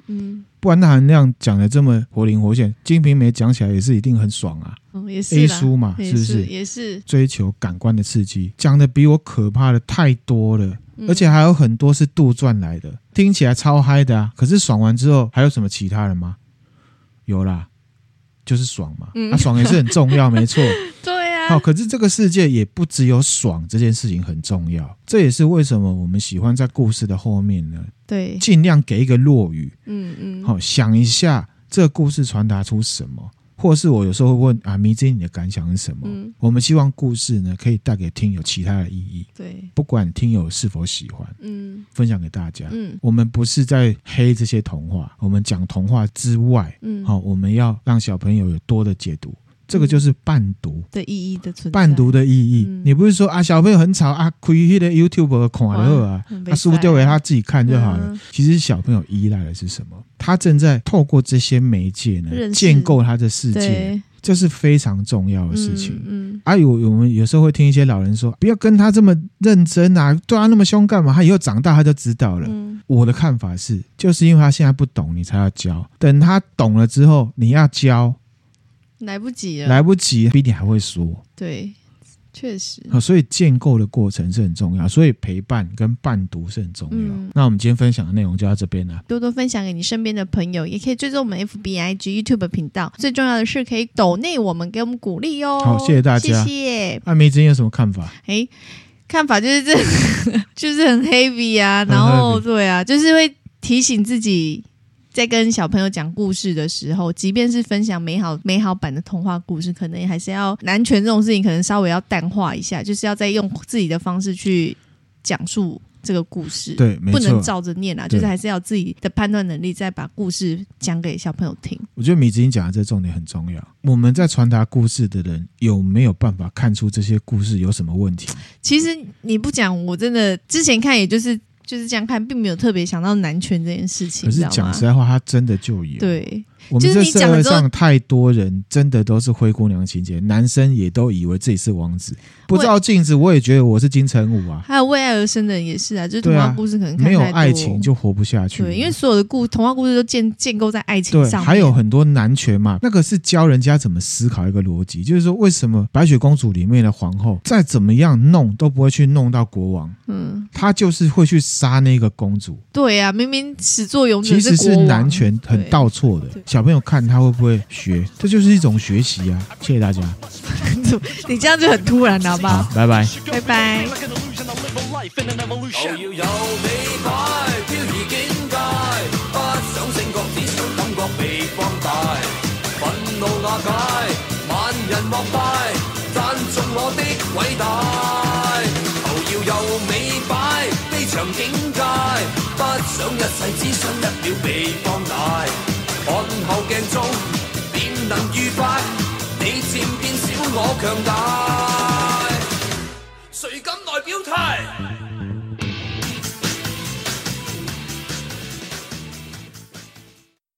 B: 嗯，
A: 不然那含量讲的这么活灵活现，《金瓶梅》讲起来也是一定很爽啊
B: 哦也是
A: ，A
B: 啦，
A: 书嘛，
B: 也
A: 是不是？
B: 也是，
A: 追求感官的刺激，讲的比我可怕的太多了，
B: 嗯
A: 而且还有很多是杜撰来的，听起来超嗨的啊！可是爽完之后还有什么其他的吗？有啦，就是爽嘛，那、
B: 嗯
A: 爽也是很重
B: *laughs*
A: 要，没错。
B: 对啊，
A: 好，可是这个世界也不只有爽这件事情很重要，这也是为什么我们喜欢在故事的后面呢，
B: 对，
A: 尽量给一个落语，
B: 嗯嗯，
A: 好、想一下这个故事传达出什么，或是我有时候会问啊，迷之音你的感想是什么？
B: 嗯
A: 我们希望故事呢可以带给听友其他的意义，
B: 对，
A: 不管听友是否喜欢，
B: 嗯
A: 分享给大家。
B: 嗯
A: 我们不是在黑这些童话，我们讲童话之外，
B: 嗯，
A: 好、我们要让小朋友有多的解读，这个就是伴读。
B: 的意义的存在，
A: 伴读的意义，
B: 嗯
A: 你不是说啊，小朋友很吵啊，开那个 YouTube 看
B: 哇
A: 了啊，
B: 很
A: 他书
B: 美
A: 丢给他自己看就好了。
B: 嗯
A: 其实小朋友依赖的是什么？他正在透过这些媒介呢，
B: 认识
A: 建构他的世界，
B: 嗯对
A: 这是非常重要的事情。
B: 嗯
A: 啊，有我们有时候会听一些老人说，不要跟他这么认真啊，对他那么凶干嘛？他以后长大他就知道了。
B: 嗯
A: 我的看法是，就是因为他现在不懂，你才要教。等他懂了之后，你要教，
B: 嗯，来不及了，
A: 来不及，比你还会说。
B: 对，确实，
A: 好，所以建构的过程是很重要，所以陪伴跟伴读是很重要。
B: 嗯
A: 那我们今天分享的内容就到这边了。
B: 多多分享给你身边的朋友，也可以追踪我们 FB、IG、YouTube 频道。最重要的是，可以抖内我们，给我们鼓励哦。
A: 好谢谢大家
B: 谢谢。
A: 艾梅之音有什么看法？
B: 哎，看法就是这， *laughs* 就是很 heavy 啊，
A: 很
B: 然后
A: heavy
B: 对啊，就是会提醒自己。在跟小朋友讲故事的时候，即便是分享美好美好版的童话故事，可能还是要男权这种事情，可能稍微要淡化一下，就是要再用自己的方式去讲述这个故事。
A: 对，没
B: 不能
A: 错，
B: 照着念啊，
A: 对
B: 就是还是要有自己的判断能力，再把故事讲给小朋友听。
A: 我觉得米子英讲的这重点很重要。我们在传达故事的人有没有办法看出这些故事有什么问题？
B: 其实你不讲，我真的之前看也就是就是这样看，并没有特别想到男权这件事情，
A: 可
B: 你知
A: 是
B: 道
A: 讲
B: 吗
A: 实？在话，他真的就有。，
B: 对，
A: 我们这
B: 就是你
A: 社
B: 讲
A: 会
B: 了之后
A: 上太多人真的都是灰姑娘情节，男生也都以为自己是王子，不照镜子我也觉得我是金城武啊，
B: 还有为爱而生的人也是啊，就是童
A: 对啊
B: 话故事可能看
A: 没有
B: 太多
A: 爱情就活不下去。
B: 对，因为所有的故童话故事都建建构在爱情
A: 对，
B: 上面，
A: 还有很多男权嘛，那个是教人家怎么思考一个逻辑，就是说为什么白雪公主里面的皇后再怎么样弄都不会去弄到国王，
B: 嗯，
A: 她就是会去杀那个公主，
B: 对啊，明明始作俑者
A: 其实
B: 是
A: 是
B: 国
A: 男
B: 王，
A: 权很
B: 对
A: 倒错的
B: 对。
A: 小朋友看他会不会学，这就是一种学习啊！谢谢大家，
B: *laughs* 你这样就很突然了，好不
A: 好
B: 好？，
A: 拜拜。
B: 拜拜。
C: Like an illusion, I live a life in an
D: 我
C: evolution.
D: 要有理解，漂移境界，不想醒覺，只想感覺被放大，憤怒瓦解，萬人膜拜，讚頌我的偉大。我要有美擺，非常境界，不想一世，只想一秒被放大。看後鏡中，點能愉快？你漸變小，我強大，誰敢來表態？